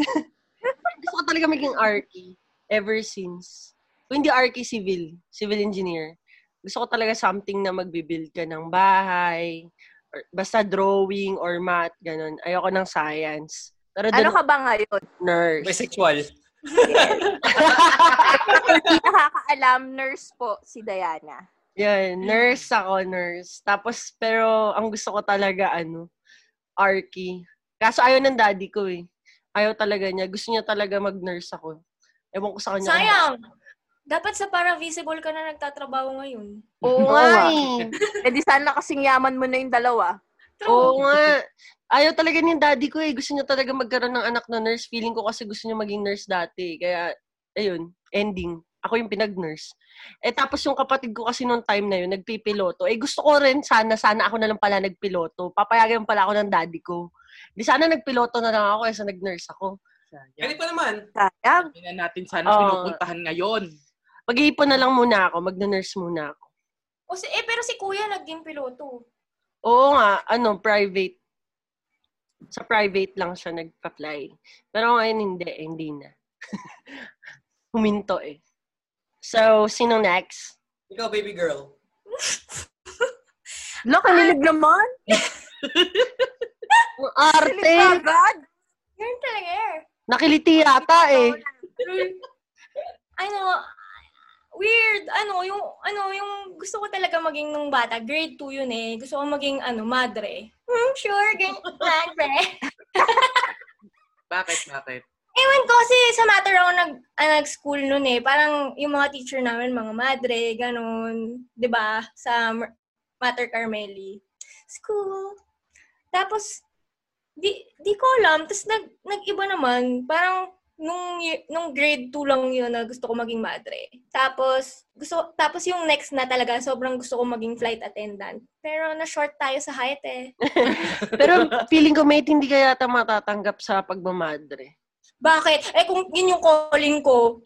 S3: Gusto ko talaga maging arky. Ever since. Kung hindi arky, civil. Civil engineer. Gusto ko talaga something na magbibuild ka ng bahay. Or, basta drawing or math, ganun. Ayoko ng science. Pero
S5: Ano
S3: doon,
S5: ka ba ngayon?
S3: nurse.
S1: Bisexual.
S5: Hindi nakakaalam, nurse po si Diana.
S3: Yan, nurse ako, nurse. Tapos, pero ang gusto ko talaga, ano, Arky. Kaso ayaw ng daddy ko eh. Ayaw talaga niya. Gusto niya talaga mag-nurse ako. Ewan ko sa kanya. kung
S2: Sayang. Dapat sa para visible ka na nagtatrabaho ngayon.
S3: Oo
S5: Oo
S3: nga
S5: nga.
S3: eh.
S5: E di sana kasing yaman mo na yung dalawa.
S3: Oo nga. Ayaw talaga ni daddy ko eh. Gusto niya talaga magkaroon ng anak na nurse. Feeling ko kasi gusto niya maging nurse dati. Kaya, ayun, ending. Ako yung pinag-nurse. Eh tapos yung kapatid ko kasi noong time na yun, nagpipiloto. Eh gusto ko rin sana, sana ako na lang pala nagpiloto. Papayagan pala ako ng daddy ko. Di sana nagpiloto na lang ako kaysa nag-nurse ako.
S1: Pwede
S4: Sayang.
S1: pa naman.
S5: Sayang.
S4: Sabi na natin sana
S3: Oo.
S4: pinupuntahan ngayon.
S3: Pag-iipon na lang muna ako, mag-nurse muna ako.
S2: O si, eh, pero si kuya naging piloto.
S3: Oo nga, ano, private. Sa private lang siya nagpa-fly. Pero ngayon hindi, eh, hindi na. [LAUGHS] Huminto eh. So, sino next?
S1: Ikaw, baby girl.
S5: Lo, kanilig naman.
S3: Ang
S5: Kanilig
S3: arte!
S5: agad.
S2: Ganun talaga eh.
S3: Nakiliti yata eh.
S2: [LAUGHS] Ano, weird, ano, yung, ano, yung gusto ko talaga maging nung bata. Grade 2 yun eh. Gusto ko maging, ano, madre. Hmm, sure, ganyan, madre.
S4: Bakit, bakit?
S2: Ewan ko kasi sa matter ako nag, ah, nag-school nun eh. Parang yung mga teacher namin, mga madre, ganun. 'Di ba Sa Mer- Mater Carmeli. School. Tapos, di, di ko alam. Tapos nag, nag-iba naman. Parang nung, y- nung grade 2 lang yun na gusto ko maging madre. Tapos, gusto, tapos yung next na talaga, sobrang gusto ko maging flight attendant. Pero na-short tayo sa height eh.
S3: Pero feeling ko mate, hindi ka yata matatanggap sa pagmamadre.
S2: Bakit? Eh kung yun yung calling ko,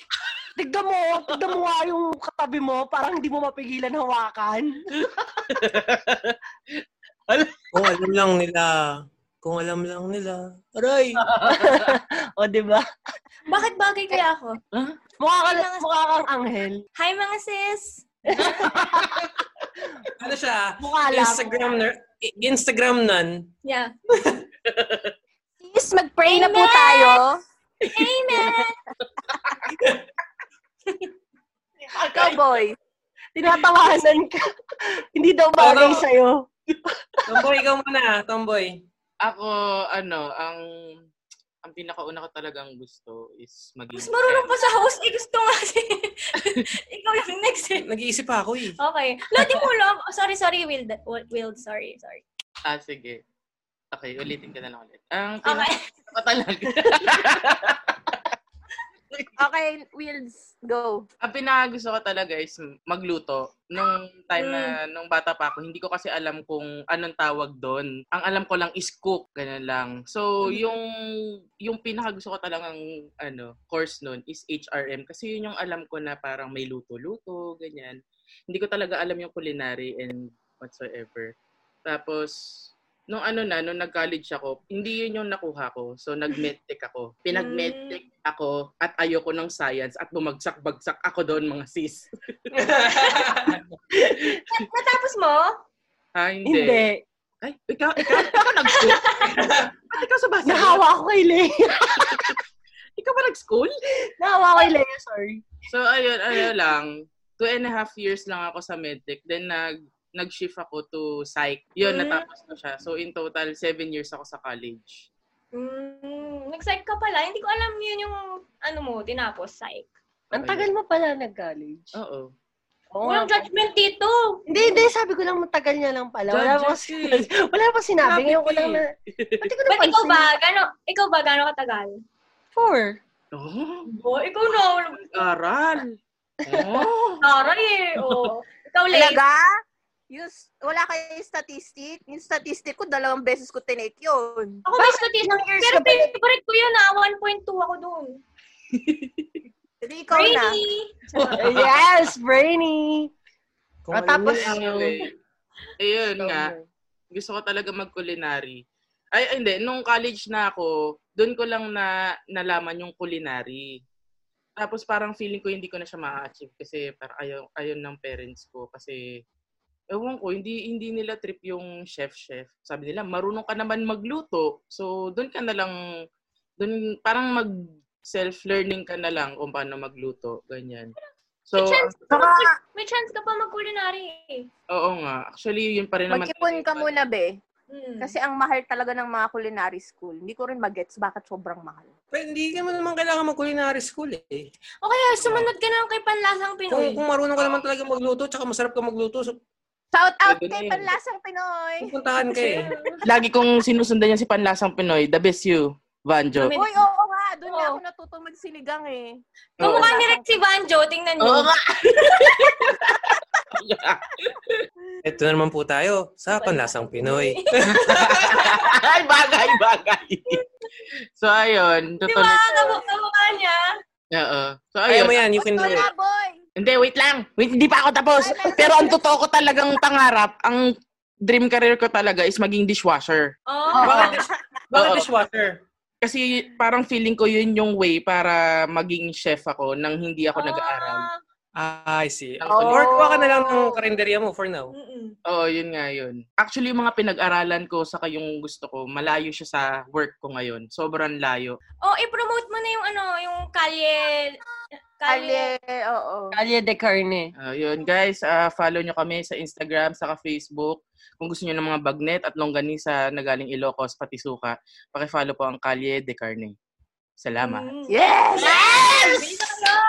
S3: Tignan mo, tignan mo nga yung katabi mo, parang hindi mo mapigilan hawakan.
S1: Kung alam lang nila, kung alam lang nila, aray!
S3: o, di ba?
S2: bakit bagay kaya ako?
S3: Mukha, ka, mukha kang anghel.
S2: Hi mga sis!
S1: Ano siya?
S3: Mukha lang.
S1: Instagram na, I- Instagram nun.
S2: Yeah.
S5: Please, mag-pray na po
S2: Amen!
S5: tayo.
S2: Amen!
S5: Ikaw, boy.
S3: Tinatawanan ka. hindi daw bagay
S1: Pero-
S3: sa'yo.
S1: Tomboy, ikaw muna, tomboy.
S4: Ako, ano, ang ang pinakauna ko talagang gusto is maging...
S2: Mas marunong pa sa host. Eh, gusto nga si... [LAUGHS] Ikaw yung next eh.
S1: Nag-iisip ako eh.
S2: Okay. Lodi mo love. Oh, sorry, sorry, Will. Will, sorry, sorry.
S4: Ah, sige. Okay, ulitin ka na lang ulit. Ang
S2: Okay. [LAUGHS]
S4: pinakauna ko talaga.
S5: Okay, Wills, go.
S4: ang pinakagusto ko talaga is magluto. Nung time na, nung bata pa ako, hindi ko kasi alam kung anong tawag doon. Ang alam ko lang is cook, ganun lang. So, yung, yung pinakagusto ko talagang, ano, course noon is HRM. Kasi yun yung alam ko na parang may luto-luto, ganyan. Hindi ko talaga alam yung culinary and whatsoever. Tapos, nung ano na, nung nag-college ako, hindi yun yung nakuha ko. So, nag-medtech
S3: [LAUGHS] Hmm.
S4: ako. Pinag-medtech ako at ayoko ng science at bumagsak-bagsak ako doon, mga sis.
S2: Natapos mo?
S4: Ha, Ah, hindi.
S3: Hindi.
S4: Ay, ikaw, ikaw, ikaw
S3: [LAUGHS]
S4: nag-school? Ba't ikaw sa basa?
S3: Nahawa ko kay Leia.
S4: Ikaw ba nag-school?
S3: [LAUGHS] Nahawa ko kay Leia, sorry.
S4: So, ayun, ano lang. Two and a half years lang ako sa medtech. Then, nag nag-shift ako to psych. Yun,
S3: Hmm.
S2: Mm.
S4: natapos ko siya. So, in total, seven years ako sa college.
S2: Mm, nag-psych ka pala. Hindi ko alam yun yung, ano mo, tinapos, psych.
S3: Ang tagal mo pala nag-college.
S4: Oo. [LAUGHS]
S3: Oo nga.
S2: Walang judgment dito.
S3: Hindi, hindi. Sabi ko lang matagal niya lang pala. Wala
S4: Judge
S3: akong
S4: us
S3: sinabi.
S4: eh.
S3: [LAUGHS] Wala akong sinabi.
S4: Grabe
S3: Ngayon ko
S4: ka
S3: lang
S4: eh.
S3: na... Pati ko
S2: But
S3: napansin.
S2: ikaw ba, gano, ikaw ba, gano'ng katagal?
S3: Four.
S4: Oh,
S2: Oh, ikaw na. walang-
S3: [LAUGHS]
S4: aral. Oh.
S2: Taray [LAUGHS] eh. Oh. Ikaw late.
S5: Talaga? Yung, s- wala kayo yung statistic? Yung statistic ko, dalawang beses ko tinake yun.
S2: Ako may statistic.
S3: Ilang years ka
S2: Pero
S3: ba?
S2: favorite ko yun ah. 1.2 ako doon.
S5: Hindi ikaw na.
S2: Rainy.
S3: [LAUGHS] yes, brainy.
S1: Kung
S3: Ah,
S1: alam
S3: tapos-
S1: nila,
S4: Anyway, ayun ano nga. Gusto ko talaga mag-culinary. Ay, ay, hindi. Nung college na ako, doon ko lang na nalaman yung culinary. Tapos parang feeling ko hindi ko na siya ma-achieve kasi parang ayaw, ayaw ng parents ko kasi ewan ko, hindi, hindi nila trip yung chef-chef. Sabi nila, marunong ka naman magluto. So, doon ka na lang, doon parang mag self-learning ka na lang kung paano magluto. Ganyan. So,
S2: May chance, ka
S5: Baka,
S2: pa mag- may chance ka pa mag-culinary eh.
S4: oo nga. Actually, yun pa rin naman.
S5: mag-ipon ka muna, be.
S2: Hmm.
S5: Kasi ang mahal talaga ng mga culinary school. Hindi ko rin magets bakit sobrang mahal.
S1: Pero hindi ka naman kailangan mag-culinary school eh.
S2: o kaya sumunod ka na lang kay Panlasang Pinoy.
S1: Kung, kung marunong ka naman talaga magluto, tsaka masarap ka magluto, so
S5: Shout out
S4: Pwede
S5: kay
S4: na eh.
S5: Panlasang Pinoy!
S1: pupuntahan ka eh.
S4: Lagi kong sinusundan niya si Panlasang Pinoy. The best you, Vanjo.
S2: Amin.
S5: Uy, oo nga. Doon nga
S2: Oo.
S5: ako natuto magsinigang eh.
S2: Kamukha ni Rex si Banjo, tingnan
S4: Oo
S2: nyo.
S4: nga.
S1: Ito na naman po tayo sa Panlasang Pinoy.
S4: [LAUGHS] Ay, bagay, bagay. so, ayun.
S2: Di ba?
S4: Tutuloy.
S2: Kamukha kamukha niya.
S4: Oo. So,
S1: Kaya
S4: ayun.
S1: mo yan, you can do
S5: Ito
S1: it.
S5: na, boy!
S4: Hindi, wait lang. Wait, hindi pa ako tapos. Pero ang totoo ko talagang pangarap, ang dream career ko talaga is maging dishwasher.
S2: Oh.
S1: Bakit, bakit
S4: Oo.
S1: dishwasher?
S4: Kasi parang feeling ko yun yung way para maging chef ako nang hindi ako nag-aaral.
S1: Ah, I see.
S4: Ang
S1: Oh. Or
S4: kulit.
S1: kuha ka na lang ng karinderya mo for now.
S2: Mm-mm.
S4: Oo, yun nga yun. Actually, yung mga pinag-aralan ko sa yung gusto ko, malayo siya sa work ko ngayon. Sobrang layo.
S2: Oh, i-promote mo na yung ano, yung kalye...
S5: Kalye, oo.
S3: Calle de Carne.
S4: Ah, yun, guys, ah, follow nyo kami sa Instagram, sa Facebook. Kung gusto nyo ng mga bagnet at longganisa na galing Ilocos, pati suka, pakifollow po ang Kalye de Carne. Salamat.
S2: Mm.
S5: Yes!
S2: Bilis na kayo!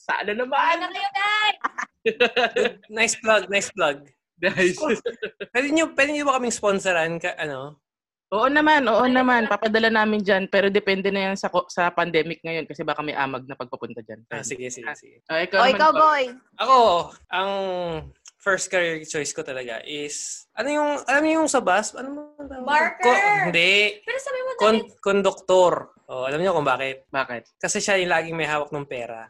S4: Sana
S2: Bye na
S4: naman!
S2: kayo, guys!
S1: Nice plug, nice plug.
S4: Guys.
S1: Pwede nyo, pwede nyo ba kaming sponsoran? Ka, ano?
S4: oo naman, oo naman. Papadala namin dyan. Pero depende na yan sa, ko- sa pandemic ngayon kasi baka may amag na pagpapunta dyan.
S1: Ah, sige, sige, sige.
S4: Ah, ikaw naman,
S5: O, Oh, ikaw,
S4: Bob.
S5: boy.
S1: Ako, ang first career choice ko talaga is, ano yung, alam niyo yung sa bus? Ano mo?
S2: Barker!
S1: hindi.
S2: Pero sabi mo,
S1: Con- conductor. Oh, alam niyo kung bakit?
S4: Bakit?
S1: Kasi siya yung laging may hawak ng pera.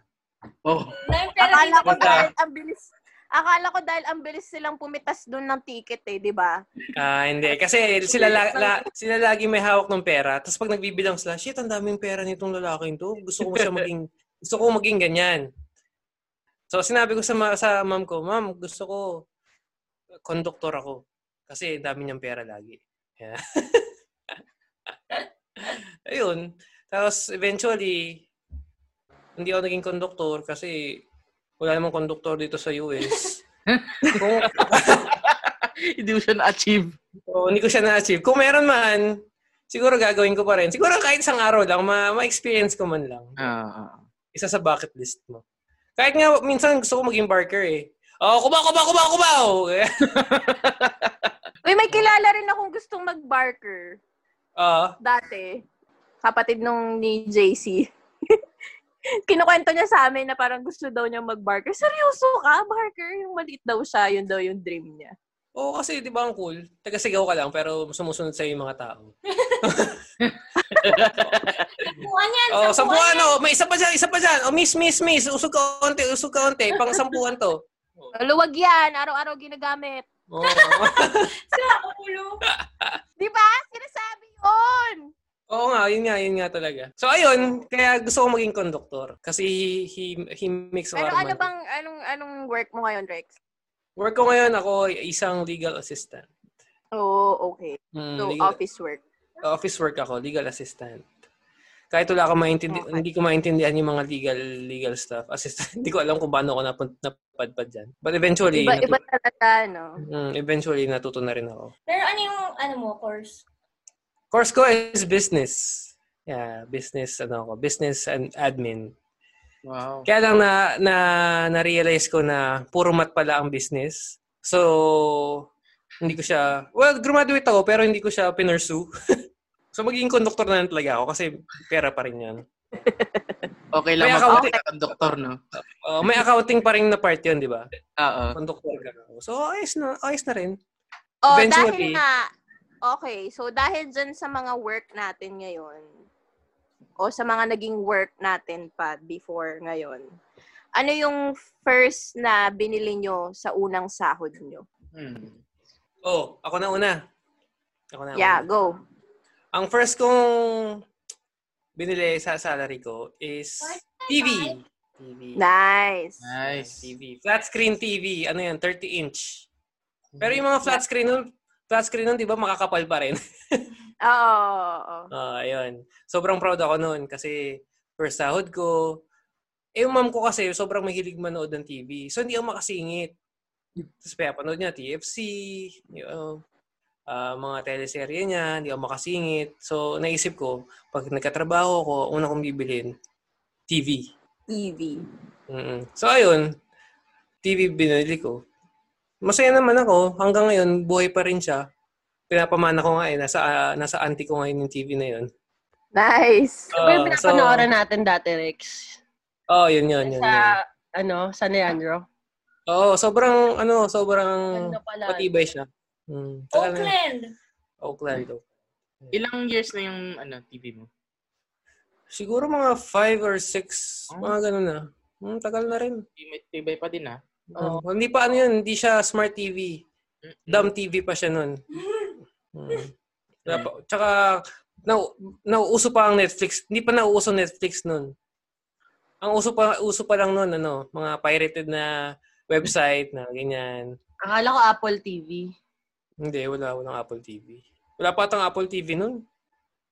S4: Oh. [LAUGHS]
S2: na yung pera
S5: Akala
S2: dito.
S5: ko
S1: Punta.
S5: dahil ang bilis, akala ko dahil ang bilis silang pumitas doon ng ticket eh, di ba?
S1: Ah, hindi. Kasi sila, la, la- sila lagi may hawak ng pera. Tapos pag nagbibilang sila, shit, ang daming pera nitong lalaking to. Gusto ko siya maging, gusto ko maging ganyan. So, sinabi ko sa, ma- sa ma'am ko, ma'am, gusto ko, conductor ako. Kasi ang dami niyang pera lagi. Yeah. [LAUGHS] Ayun. Tapos, eventually, hindi ako naging conductor kasi wala namang conductor dito sa US. Kung,
S4: Hindi mo siya na-achieve.
S1: So, hindi ko siya na-achieve. Kung meron man, siguro gagawin ko pa rin. Siguro kahit isang araw lang, ma- ma-experience ko man lang.
S4: Ah, ah.
S1: Isa sa bucket list mo. Kahit nga, minsan gusto ko maging barker eh. Oh, kumaw, kumaw, kumaw, kumaw! [LAUGHS]
S5: Uy, may kilala rin akong gustong mag-barker
S1: Ah,
S5: dati. Kapatid nung ni JC. [LAUGHS] Kinukwento niya sa amin na parang gusto daw niya mag-barker. Seryoso ka, barker? Yung maliit daw siya, yun daw yung dream niya.
S1: oo, kasi di ba ang cool? Tagasigaw ka lang, pero sumusunod sa'yo yung mga tao.
S2: Sampuan yan!
S1: Oh, sampuan,
S4: ano?
S1: oh! May isa pa dyan, isa pa dyan! Oh, miss, miss, miss! Usog ka onte, usog ka onte. Pang sampuan to. [LAUGHS]
S5: Luwag yan, araw-araw ginagamit.
S1: Oh.
S2: Sira ko ulo.
S5: Di ba? Sinasabi yun!
S1: Oo nga, yun nga, yun nga talaga. So, ayun, kaya gusto ko maging conductor. Kasi he, he, he makes a
S5: Pero
S1: lot of
S5: ano
S1: money.
S5: bang, anong, anong work mo ngayon, Rex?
S1: Work ko ngayon ako ay isang legal assistant.
S5: Oh, okay.
S1: Mm,
S5: So,
S1: legal-
S5: office work.
S1: office work ako, legal assistant. Kahit wala akong maintindi,
S5: Okay.
S1: hindi ko maintindihan yung mga legal legal stuff. Assistant, [LAUGHS] hindi ko alam kung paano ako napun- napadpad dyan. But eventually,
S5: Iba,
S1: natu-
S5: iba talaga, no?
S1: Mm, eventually natuto na rin ako.
S2: Pero ano yung, ano mo, course?
S1: Course ko is business. Yeah, business ano ako, business and admin.
S4: Wow.
S1: Kaya lang na na na-realize ko na puro mat pala ang business. So hindi ko siya well, graduate ako pero hindi ko siya pinursue. [LAUGHS] so magiging conductor na lang talaga ako kasi pera pa rin 'yan.
S4: Okay lang
S1: May
S4: mag
S1: account-
S4: ang doktor, no?
S1: Uh, may accounting pa rin na part 'yon, 'di ba?
S4: Oo.
S1: Conductor ka. So ayos na, ayos na rin.
S5: Oh,
S1: Eventually.
S5: dahil na, okay, so dahil dyan sa mga work natin ngayon, o sa mga naging work natin pa before ngayon, ano yung first na binili nyo sa unang sahod nyo?
S4: Hmm.
S1: Oh, ako na una. Ako na.
S5: Yeah,
S1: una.
S5: go.
S1: Ang first kong binili sa salary ko is TV. TV.
S5: Nice.
S4: Nice.
S1: TV. Flat screen TV. Ano yan? 30 inch. Pero yung mga flat screen nun, flat screen nun, di ba, makakapal pa rin. [LAUGHS]
S5: Oo, oo, oo.
S1: Ah, ayun. Sobrang proud ako nun kasi first sahod ko. Eh, yung mom ko kasi sobrang mahilig manood ng TV. So, hindi ako makasingit. Tapos, kaya panood niya TFC, you know, ah, mga teleserye niya, hindi ako makasingit. So, naisip ko, pag nagkatrabaho ko, una kong bibilin, TV.
S5: TV.
S1: mm So, ayun. TV binili ko. Masaya naman ako. Hanggang ngayon, buhay pa rin siya. Pinapamana ko nga eh. Nasa, ah, nasa auntie ko ngayon yung TV na yun.
S5: Nice.
S3: Ano
S1: Oo,
S3: ba yung
S1: Oh, so-
S3: pinapanoorin natin dati, Rex?
S1: Oo, oh, yun, yun, yun. yun.
S3: Sa, ano, sa Leandro?
S1: Oo, sobrang, ano, sobrang
S3: Ano pala?
S1: matibay siya. Mm, tagal na-
S2: Oakland.
S1: Oakland. oh.
S4: Ilang years na yung ano, TV mo?
S1: Siguro mga five or six,
S3: Ah.
S4: Oh.
S1: mga ganun na. Mm, tagal na rin. Hmm,
S4: Tibay- Tibay pa din, ah.
S1: Oh, Hindi pa ano yun, hindi siya smart TV. Dam TV pa siya nun. Hmm. Wala pa- Tsaka, na, nauuso pa ang Netflix. Hindi pa nauuso Netflix nun. Ang uso pa, uso pa lang nun, ano, mga pirated na website na ganyan.
S3: Akala ko Apple TV.
S1: Hindi, wala. Walang Apple TV. Wala pa atang Apple TV nun.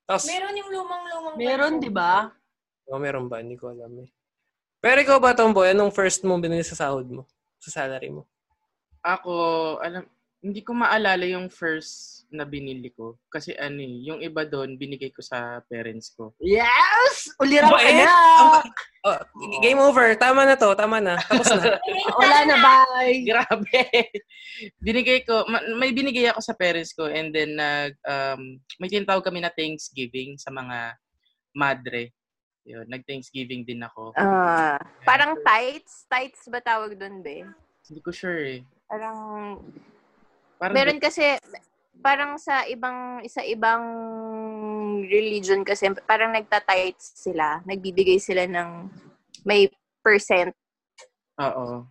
S1: Tapos,
S2: Meron yung lumang-lumang.
S3: Meron, di ba?
S1: Oh, meron ba? Hindi ko alam eh. Pero ikaw ba, Tomboy? Anong first mo binili sa sahod mo? Sa salary mo?
S4: Ako, alam, hindi ko maalala yung first na binili ko. Kasi ano eh, yung iba doon, binigay ko sa parents ko. [LAUGHS]
S3: Yes! Ulira ka
S1: Bait!
S3: na!
S1: Ang- Oh, game over. Tama na to. Tama na. Tapos na.
S3: Wala na, bye!
S4: Grabe! binigay ko, ma- may binigay ako sa parents ko and then nag, um, may tinatawag kami na Thanksgiving sa mga madre. Yun, nag-Thanksgiving din ako.
S5: Ah, parang tights? Tights ba tawag doon, be?
S4: Hindi ko sure eh.
S5: Parang,
S4: Parang
S5: meron kasi, parang sa ibang, sa ibang religion kasi, parang nagta-tights sila. Nagbibigay sila ng may percent.
S4: Oo.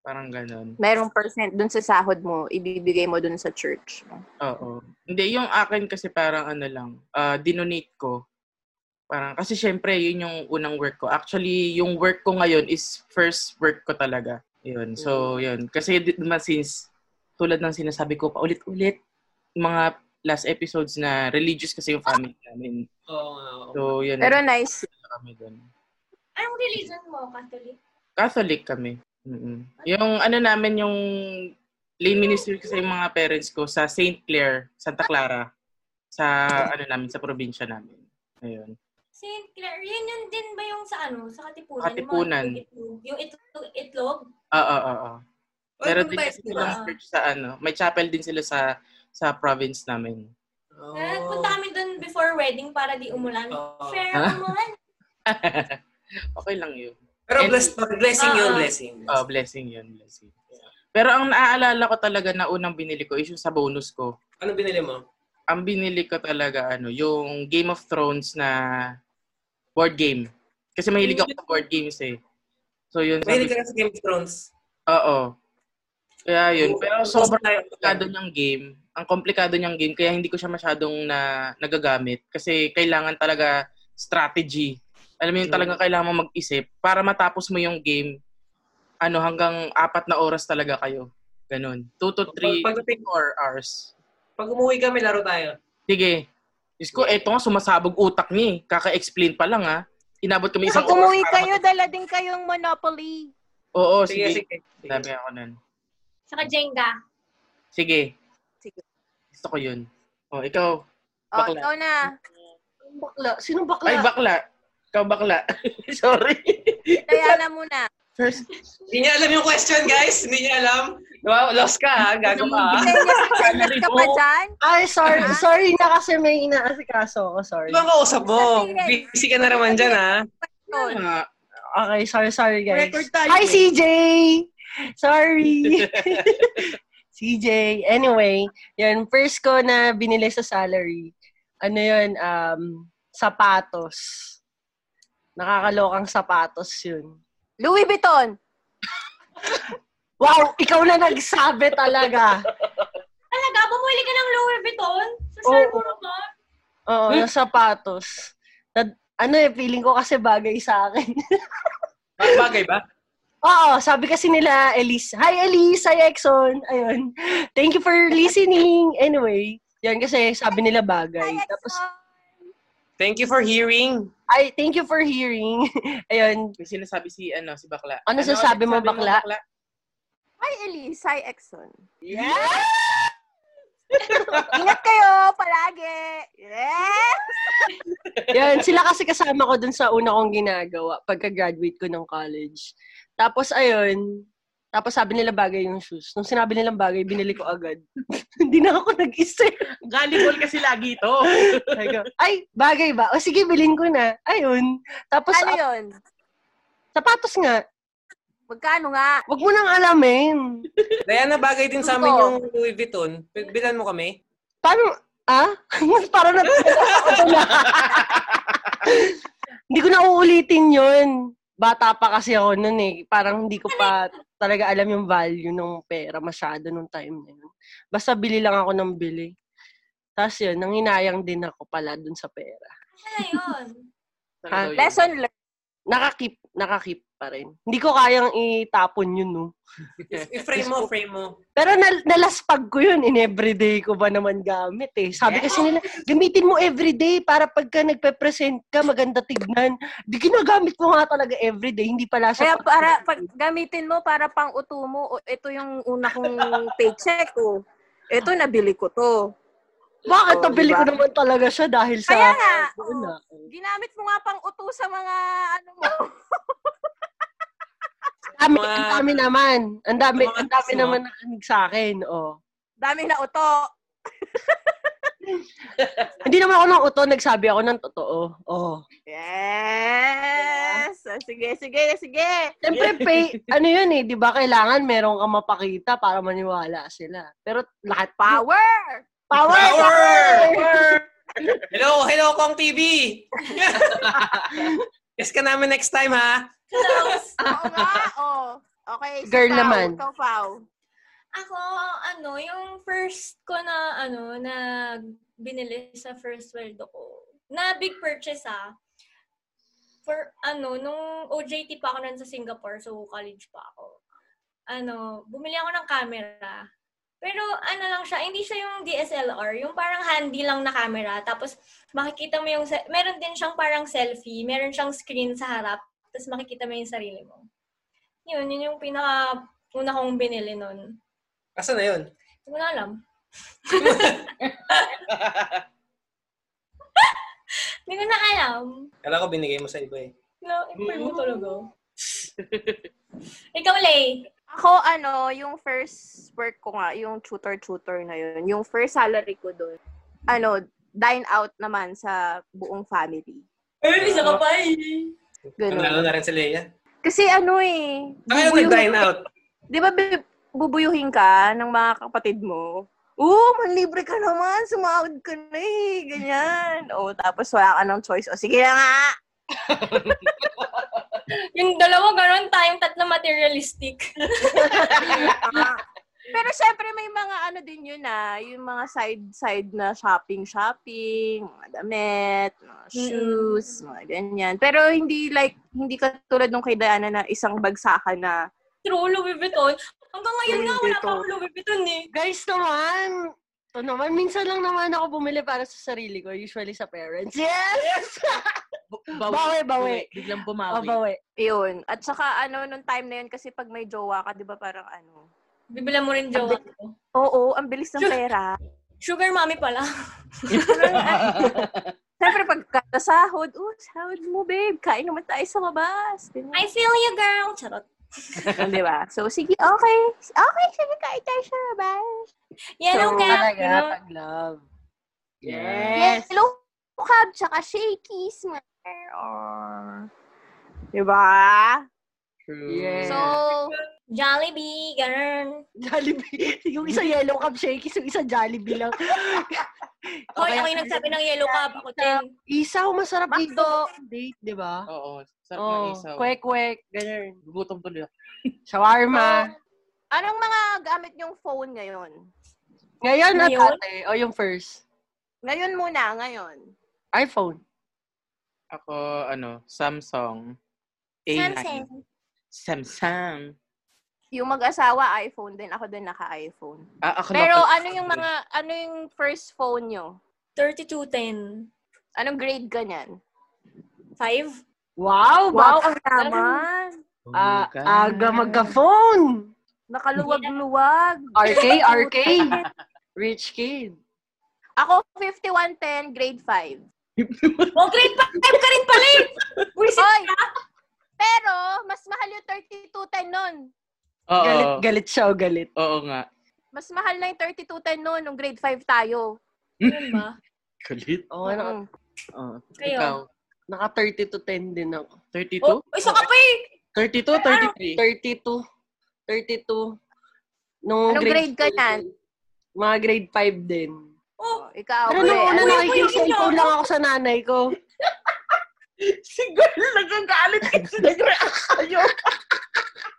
S4: Parang ganun.
S5: Merong percent dun sa sahod mo, ibibigay mo dun sa church.
S4: Oo. Hindi, yung akin kasi parang ano lang, ah, dinonate ko. Parang, kasi syempre, yun yung unang work ko. Actually, yung work ko ngayon is first work ko talaga. Yun. So, yun. Kasi di- naman since, tulad ng sinasabi ko paulit-ulit, mga last episodes na religious kasi yung family namin.
S1: Oo nga. oo.
S4: So, yun.
S5: Pero nice.
S4: nandito kami dun.
S2: Anong religion mo, Catholic?
S4: Catholic kami. Mm-mm. Yung ano namin, yung lay ministry kasi yung mga parents ko sa St. Clair, Santa Clara. Sa ano namin, sa probinsya namin. Ayun.
S2: St. Clair. Yun yun din ba yung sa ano? Sa Katipunan?
S4: Katipunan.
S2: Yung, mga itlog- yung itlog, itlog?
S4: Oo, oo, oo.
S1: Oy,
S4: Meron
S1: puro
S4: din
S1: tayo
S4: kasi
S1: sila.
S4: silang church sa ano. May chapel din sila sa sa province namin. [LAUGHS]
S1: Oo.
S2: Eh, Punta kami dun before wedding para di umulan.
S1: Oo.
S2: Fair
S4: Ah.
S2: umulan.
S4: okay lang yun.
S1: Pero blessed pa. Blessing yun,
S2: Ah.
S1: blessing.
S4: Oh, blessing yun, blessing. Pero ang naaalala ko talaga na unang binili ko is yung sa bonus ko.
S1: Ano binili mo?
S4: Ang binili ko talaga ano, yung Game of Thrones na board game. Kasi mahilig ako sa board games eh. So yun,
S1: Binili
S4: sabi
S1: ka na sa Game of Thrones.
S4: Oo. Kaya yun.
S1: Oo.
S4: Pero sobrang
S1: Basta-
S4: komplikado niyang game. Ang komplikado niyang game, kaya hindi ko siya masyadong na, nagagamit. Kasi kailangan talaga strategy. Alam mo yun,
S1: Mm.
S4: talaga kailangan mo mag-isip. Para matapos mo yung game, ano, hanggang apat na oras talaga kayo. Ganun. Two to three,
S1: Pag- pagdating-
S4: four hours.
S1: Pag umuwi kami, laro tayo.
S4: Sige. Diyos ko, eto nga, sumasabog utak niya eh. Kaka-explain pa lang ha. Inabot kami isang
S5: Pag umuwi
S4: para
S5: kayo,
S4: matapos.
S5: dala din kayong Monopoly.
S4: Oo, sige.
S1: Sige, sige. sige.
S4: Sabi ako nun.
S2: Saka Jenga.
S4: Sige.
S5: Sige.
S4: Gusto ko yun. O, ikaw.
S5: O,
S4: Bakla.
S5: ikaw
S4: [LAUGHS]
S5: na.
S3: Bakla. Sino bakla?
S4: Ay, bakla. Ikaw bakla. [LAUGHS] Sorry.
S5: Diana muna.
S4: First,
S1: Hindi niya alam yung question, guys. Hindi niya alam. Wow, lost ka, ha? Gago ka,
S4: Ah.
S1: ha?
S5: Kaya niya si Kenneth ka pa dyan.
S3: Ay, sorry. Sorry na kasi may inaasikaso ako. Sorry.
S1: Ano ang kausap mo? Busy ka na naman dyan, ha?
S5: Yun.
S4: mga
S3: Okay, sorry, sorry guys.
S4: record tayo.
S3: Hi, CJ!
S4: [LAUGHS]
S3: Sorry! [LAUGHS] CJ. Anyway, yun, first ko na binili sa salary, ano yun, um, sapatos. Nakakalokang sapatos yun.
S5: Louis Vuitton.
S3: Wow! Ikaw na nagsabi
S4: [LAUGHS]
S3: talaga!
S2: Talaga, bumuli ka ng Louis Vuitton? Sa Sir
S3: Oo.
S2: Moroto?
S3: Oo, yung sapatos. Na- ano eh, feeling ko kasi bagay sa akin.
S1: Ba- Bagay ba?
S3: Oo, sabi kasi nila, Elise, Hi, Elise! Hi, Exxon! Ayun. Thank you for listening! Anyway, yan kasi sabi nila bagay. Tapos,
S1: Thank you for hearing.
S3: Ay, thank you for hearing. [LAUGHS] Ayun.
S4: May sinasabi si, ano, si bakla.
S3: Ano sasabi mo,
S4: sabi
S3: bakla?
S5: Hi, Elise. Hi, Exxon.
S3: Yeah!
S5: Ingat kayo palagi. Yeah.
S3: Yan, sila kasi kasama ko dun sa una kong ginagawa pagka-graduate ko ng college. Tapos, ayun, tapos sabi nila bagay yung shoes. Nung sinabi nilang bagay, binili ko agad. [LAUGHS] Hindi na ako nag-isip.
S4: Volleyball kasi lagi to.
S5: [LAUGHS]
S3: Sabi ko, Ay, bagay ba? O sige, bilhin ko na. Ayun. Tapos,
S5: Ano
S3: ah,
S5: yun?
S3: sapatos nga.
S5: Magkano nga?
S3: Wag mo nang alamin.
S1: Diana, bagay din sa amin
S5: Totoo.
S1: yung Louis Vuitton. Bil- Bilan mo kami?
S3: Paano, ah? [LAUGHS] Parang na Hindi ko na uulitin yun. Bata pa kasi ako nun eh. Parang hindi ko pa talaga alam yung value ng pera masyado nung time na yun. Basta bili lang ako ng bili. Tapos yun, nanginayang din ako pala dun sa pera.
S2: Kaya Ano yun.
S3: Ha?
S4: Talaga yun.
S5: Lesson learned.
S3: Nakakip, nakakip pa rin. Hindi ko kayang itapon yun, no?
S1: I-frame mo, frame mo.
S3: Pero nal- nalaspag ko yun. In everyday ko ba naman gamit eh. Sabi kasi nila, gamitin mo everyday para pagka nagpe-present ka, maganda tignan. Di ginagamit ko nga talaga everyday. Hindi pala
S5: Kaya
S3: sa...
S5: para, pag gamitin mo para pang uto mo, o, ito yung
S3: [LAUGHS]
S5: una kong paycheck ko. Ito, nabili ko to.
S1: Oh,
S3: Bakit
S5: Oo,
S3: nabili ko
S5: diba?
S3: naman talaga siya dahil sa...
S5: Kaya nga,
S3: Doon na.
S5: Ginamit mo nga pang uto sa mga ano mo.
S3: Dami,
S1: Mga-
S3: ang dami naman. Ang dami,
S1: Mga
S3: ang dami
S1: tips, no?
S3: naman nakinig sa akin. Oh.
S5: Daming na uto.
S3: Hindi naman ako ng uto, nagsabi ako ng totoo. Oh.
S5: Yes! Ah, Sige, sige, sige.
S3: Siyempre, pay, ano yun eh, di ba kailangan meron kang mapakita para maniwala sila. Pero lahat pa,
S5: Power!
S3: power!
S1: Hello, hello, Kong TV! Yes ka namin next time, ha?
S2: Close.
S5: Oo nga, oh. Okay, si
S3: Girl
S5: Pao,
S3: naman.
S5: Ikaw, Pao.
S2: Ako, ano, yung first ko na, ano, na binili sa first sweldo ko. Na big purchase, ah. For, ano, nung OJT pa ako nun sa Singapore, so college pa ako. Ano, bumili ako ng camera. Pero ano lang siya, hindi siya yung DSLR, yung parang handy lang na camera. Tapos makikita mo yung, se- meron din siyang parang selfie, meron siyang screen sa harap, tapos makikita mo yung sarili mo. Yun, yun yung pinaka una kong binili nun.
S1: Asa na yun?
S2: Hindi ko na [LAUGHS] alam. Hindi ko na alam.
S1: Kala ko binigay mo sa iba eh.
S2: No, i-print mo talaga. Ikaw, Lay.
S5: Ako, ano, yung first work ko nga, yung tutor-tutor na yun, yung first salary ko doon, ano, dine out naman sa buong family.
S2: Ayun, isa ka pa eh.
S5: Ganun.
S1: Nanalo na rin si Leia.
S5: Kasi ano eh,
S1: Saan kayo
S5: bubuyuhin-
S1: nag-dine out?
S5: Di ba bi- bubuyuhin ka ng mga kapatid mo? Oo, manlibre ka naman, sumahod ka na eh, ganyan. O, tapos wala ka ng choice. O, sige na nga! [LAUGHS]
S2: Yung dalawa, ganun tayong tatlo materialistic.
S5: Ah. Pero syempre may mga ano din yun ah, yung mga side-side na shopping-shopping, mga damit, mga shoes, mga ganyan. Pero hindi like, hindi katulad nung kay Diana na isang bagsakan na,
S2: True, Louis Vuitton. Hanggang ngayon nga, wala pa
S5: Vuitton.
S2: akong Louis Vuitton eh.
S3: Guys naman, ito naman, minsan lang naman ako bumili para sa sarili ko, usually sa parents. Yes! Bawi, bawi.
S4: Biglang
S3: Oh,
S4: bumawi.
S3: bawi.
S5: yun. At saka ano, nung time na yun, kasi pag may jowa ka, di ba parang ano,
S2: Bibilan mo rin jowa ko.
S5: oo, ang bilis ng
S2: Sure.
S5: pera.
S2: Sugar mommy pala.
S5: Siyempre, pagkasahod, oh, sahod mo, babe. Kain naman tayo sa labas. Ganyan.
S2: I feel you, girl. Charot.
S5: Di ba? So, sige, okay. Okay, sige, kain tayo sa labas.
S2: Yan ang
S3: So,
S2: kaya.
S3: talaga,
S2: ano?
S3: pag love.
S5: Yes. Hello, cab, tsaka shakies, man. Or... Diba?
S1: True.
S3: Yes.
S5: So,
S2: Jollibee, ganun.
S3: Jollibee. [LAUGHS] Yung isa yellow cup shakies, yung isa Jollibee lang.
S2: Hoy, ako yung nagsabi ng yellow cup. Ako din.
S3: Isaw, masarap
S5: Bakto.
S3: dito. Date, di ba?
S4: Oo, sarap ng
S3: Oh,
S4: isaw.
S3: kwek-kwek, ganyan.
S4: Gugutom tuloy ako.
S3: Shawarma.
S5: anong mga gamit yung phone ngayon?
S3: Ngayon at
S2: Ngayon?
S3: ate, o yung first,
S5: Ngayon muna, ngayon.
S3: iPhone.
S4: Ako, ano, Samsung. A9.
S2: Samsung.
S4: Samsung.
S5: Yung mag-asawa, iPhone din. Ako din naka-iPhone.
S4: Ah, ako
S5: Pero
S4: na-
S5: ano yung mga, ano yung first phone nyo?
S2: 3210.
S5: Anong grade ka niyan?
S2: 5?
S3: Wow,
S5: Wow,
S3: wow.
S5: ang naman!
S4: Oh my
S3: Ah,
S4: God.
S3: aga magka-phone.
S5: Nakaluwag-luwag.
S3: RK, RK. Rich kid.
S5: Ako, 5110, grade 5.
S2: Oh, grade 5 ka rin pala eh! Buisit
S5: Oy!
S2: ka!
S5: Pero, mas mahal yung 3210 nun. ah,
S4: Oo,
S3: Galit, galit siya o galit.
S4: oo nga.
S5: Mas mahal na yung 3210 nun, nung grade 5 tayo.
S2: Yun ba?
S4: Galit.
S3: Oo, naka,
S5: Mm.
S4: Oo.
S2: Kayo.
S4: Oh, Ikaw,
S3: naka 30 to 10 din ako.
S4: 32?
S2: Oh, isa ka pa eh!
S4: 32,
S5: Ah.
S4: 33.
S3: 32. 32. Nung
S5: Anong grade ka
S3: school
S5: nan?
S3: din. Mga grade 5 din.
S2: Oh,
S5: Ikaw,
S3: Pero
S5: pre,
S3: nung una
S5: ano-
S2: Uy, uy,
S3: nakikinig
S2: uy,
S3: cellphone
S2: uy,
S3: lang ako sa nanay ko.
S4: [LAUGHS] Siguro nagagalit kasi nag-react kayo.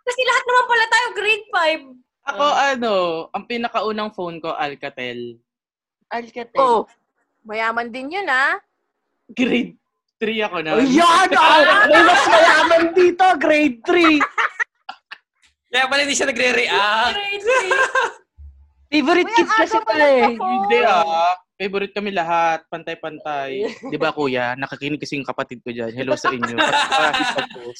S2: Kasi lahat naman pala tayo grade 5.
S4: Ako, ano, ang pinakaunang phone ko, Alcatel.
S3: Alcatel.
S5: Oh, mayaman din yun, ah.
S4: Grade 3 ako na.
S3: Ayan! Ah, may mas mayaman dito, grade 3.
S1: Kaya pala hindi siya nagre-react.
S2: Grade
S3: Favorite
S5: Uy,
S3: kids
S5: ang
S3: kasi
S5: aga
S3: pala eh.
S5: ako.
S4: Hindi ah. Favorite kami lahat. Pantay-pantay. Di ba kuya? Nakikinig kasi yung kapatid ko dyan. Hello sa
S5: [LAUGHS]
S4: inyo. Ah,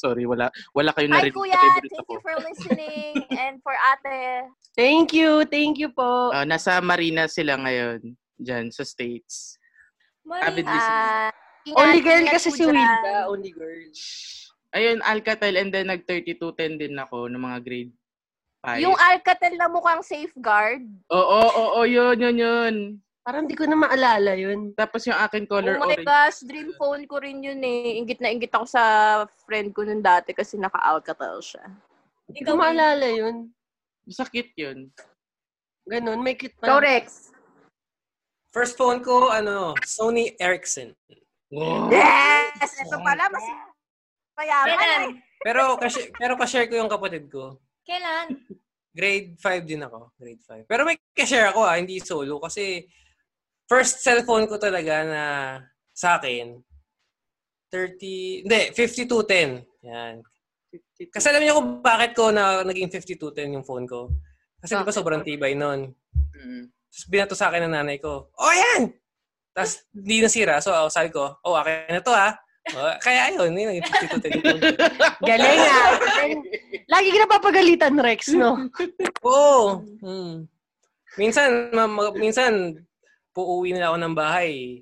S4: Sorry, wala wala kayo
S5: Hi,
S4: narinig
S5: Kuya.
S4: na favorite
S5: Thank
S4: ako.
S5: you for
S4: [LAUGHS]
S5: listening. and for ate.
S3: Thank you, thank you po.
S4: Ah, nasa Marina sila ngayon. Dyan, sa States.
S2: 3.
S4: Avid
S2: Marina.
S5: Ah, ingat,
S3: Only girl
S5: ingat
S3: kasi
S5: po
S3: si
S5: dyan.
S3: Wilda, only girl.
S4: Ayun, Alcatel. And then, nag-3210 din ako ng mga grade 5.
S5: Yung Alcatel na mukhang safeguard.
S4: Oo, oo, oo. Yun, yun, yun.
S3: Parang di ko na maalala yun.
S4: Tapos yung akin color
S5: oh my
S4: orange.
S5: gosh, dream phone ko rin yun eh. Ingit na ingit ako sa friend ko nun dati kasi naka-Alcatel siya.
S3: Di ko maalala yun.
S4: Sakit yun.
S3: Ganun, may cute pa.
S5: Go, Rex.
S1: First phone ko, ano, Sony Ericsson.
S5: Yes! Ito pala, mas
S2: Kailan?
S5: mayaman. eh.
S1: Pero kasi pero ka-share ko yung kapatid ko.
S2: Kailan?
S1: Grade 5 din ako, grade 5. Pero may ka-share ako ah, hindi solo kasi first cellphone ko talaga na sa akin 30, hindi, 5210. Yan. Kasi alam niyo kung bakit ko na naging 5210 yung phone ko. Kasi di ba
S3: Bakit?
S1: sobrang tibay nun.
S4: Mm.
S1: Tapos binato sa akin ng nanay ko, oh yan! Tapos di nasira. So oh, sabi ko, oh akin na to ha. Oh, kaya yun, yun naging 5210 yung phone ko.
S3: Galing ah. Galing. Lagi ka napapagalitan, Rex, no?
S1: Oo. Mm. Minsan, ma- ma- minsan, puuwi na ako ng bahay.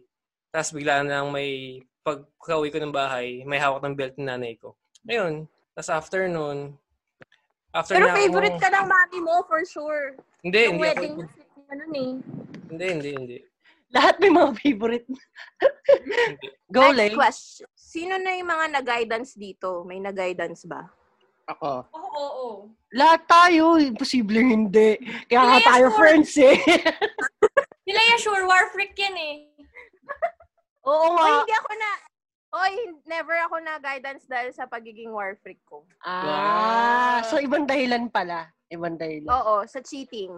S1: Tapos bigla na lang may, pagka-uwi ko ng bahay, may hawak ng belt ng nanay ko. Ayun. Tapos after nun, after na
S5: Pero
S1: ako-
S5: favorite ka ng mami mo, for sure.
S1: Hindi, hindi,
S5: yung
S1: ako,
S5: wedding music niya nun eh.
S1: hindi, hindi, hindi.
S3: Lahat may mga
S5: [LAUGHS]
S3: favorite. Go,
S5: Next
S3: Lex.
S5: question. Sino na yung mga na-guidance dito? May na-guidance ba?
S4: Ako.
S2: Oo, oo, oo.
S3: Lahat tayo. Imposible hindi. Kaya nga
S2: Yes,
S3: tayo
S2: sure.
S3: friends
S5: [LAUGHS]
S3: eh.
S2: Sila yung sure war freak yan eh.
S3: Oo
S5: Oy,
S3: nga.
S5: hindi ako na... Oy, never ako na-guidance dahil sa pagiging war freak ko.
S3: Ah, so ibang dahilan pala. Ibang dahilan.
S5: Oo, sa cheating.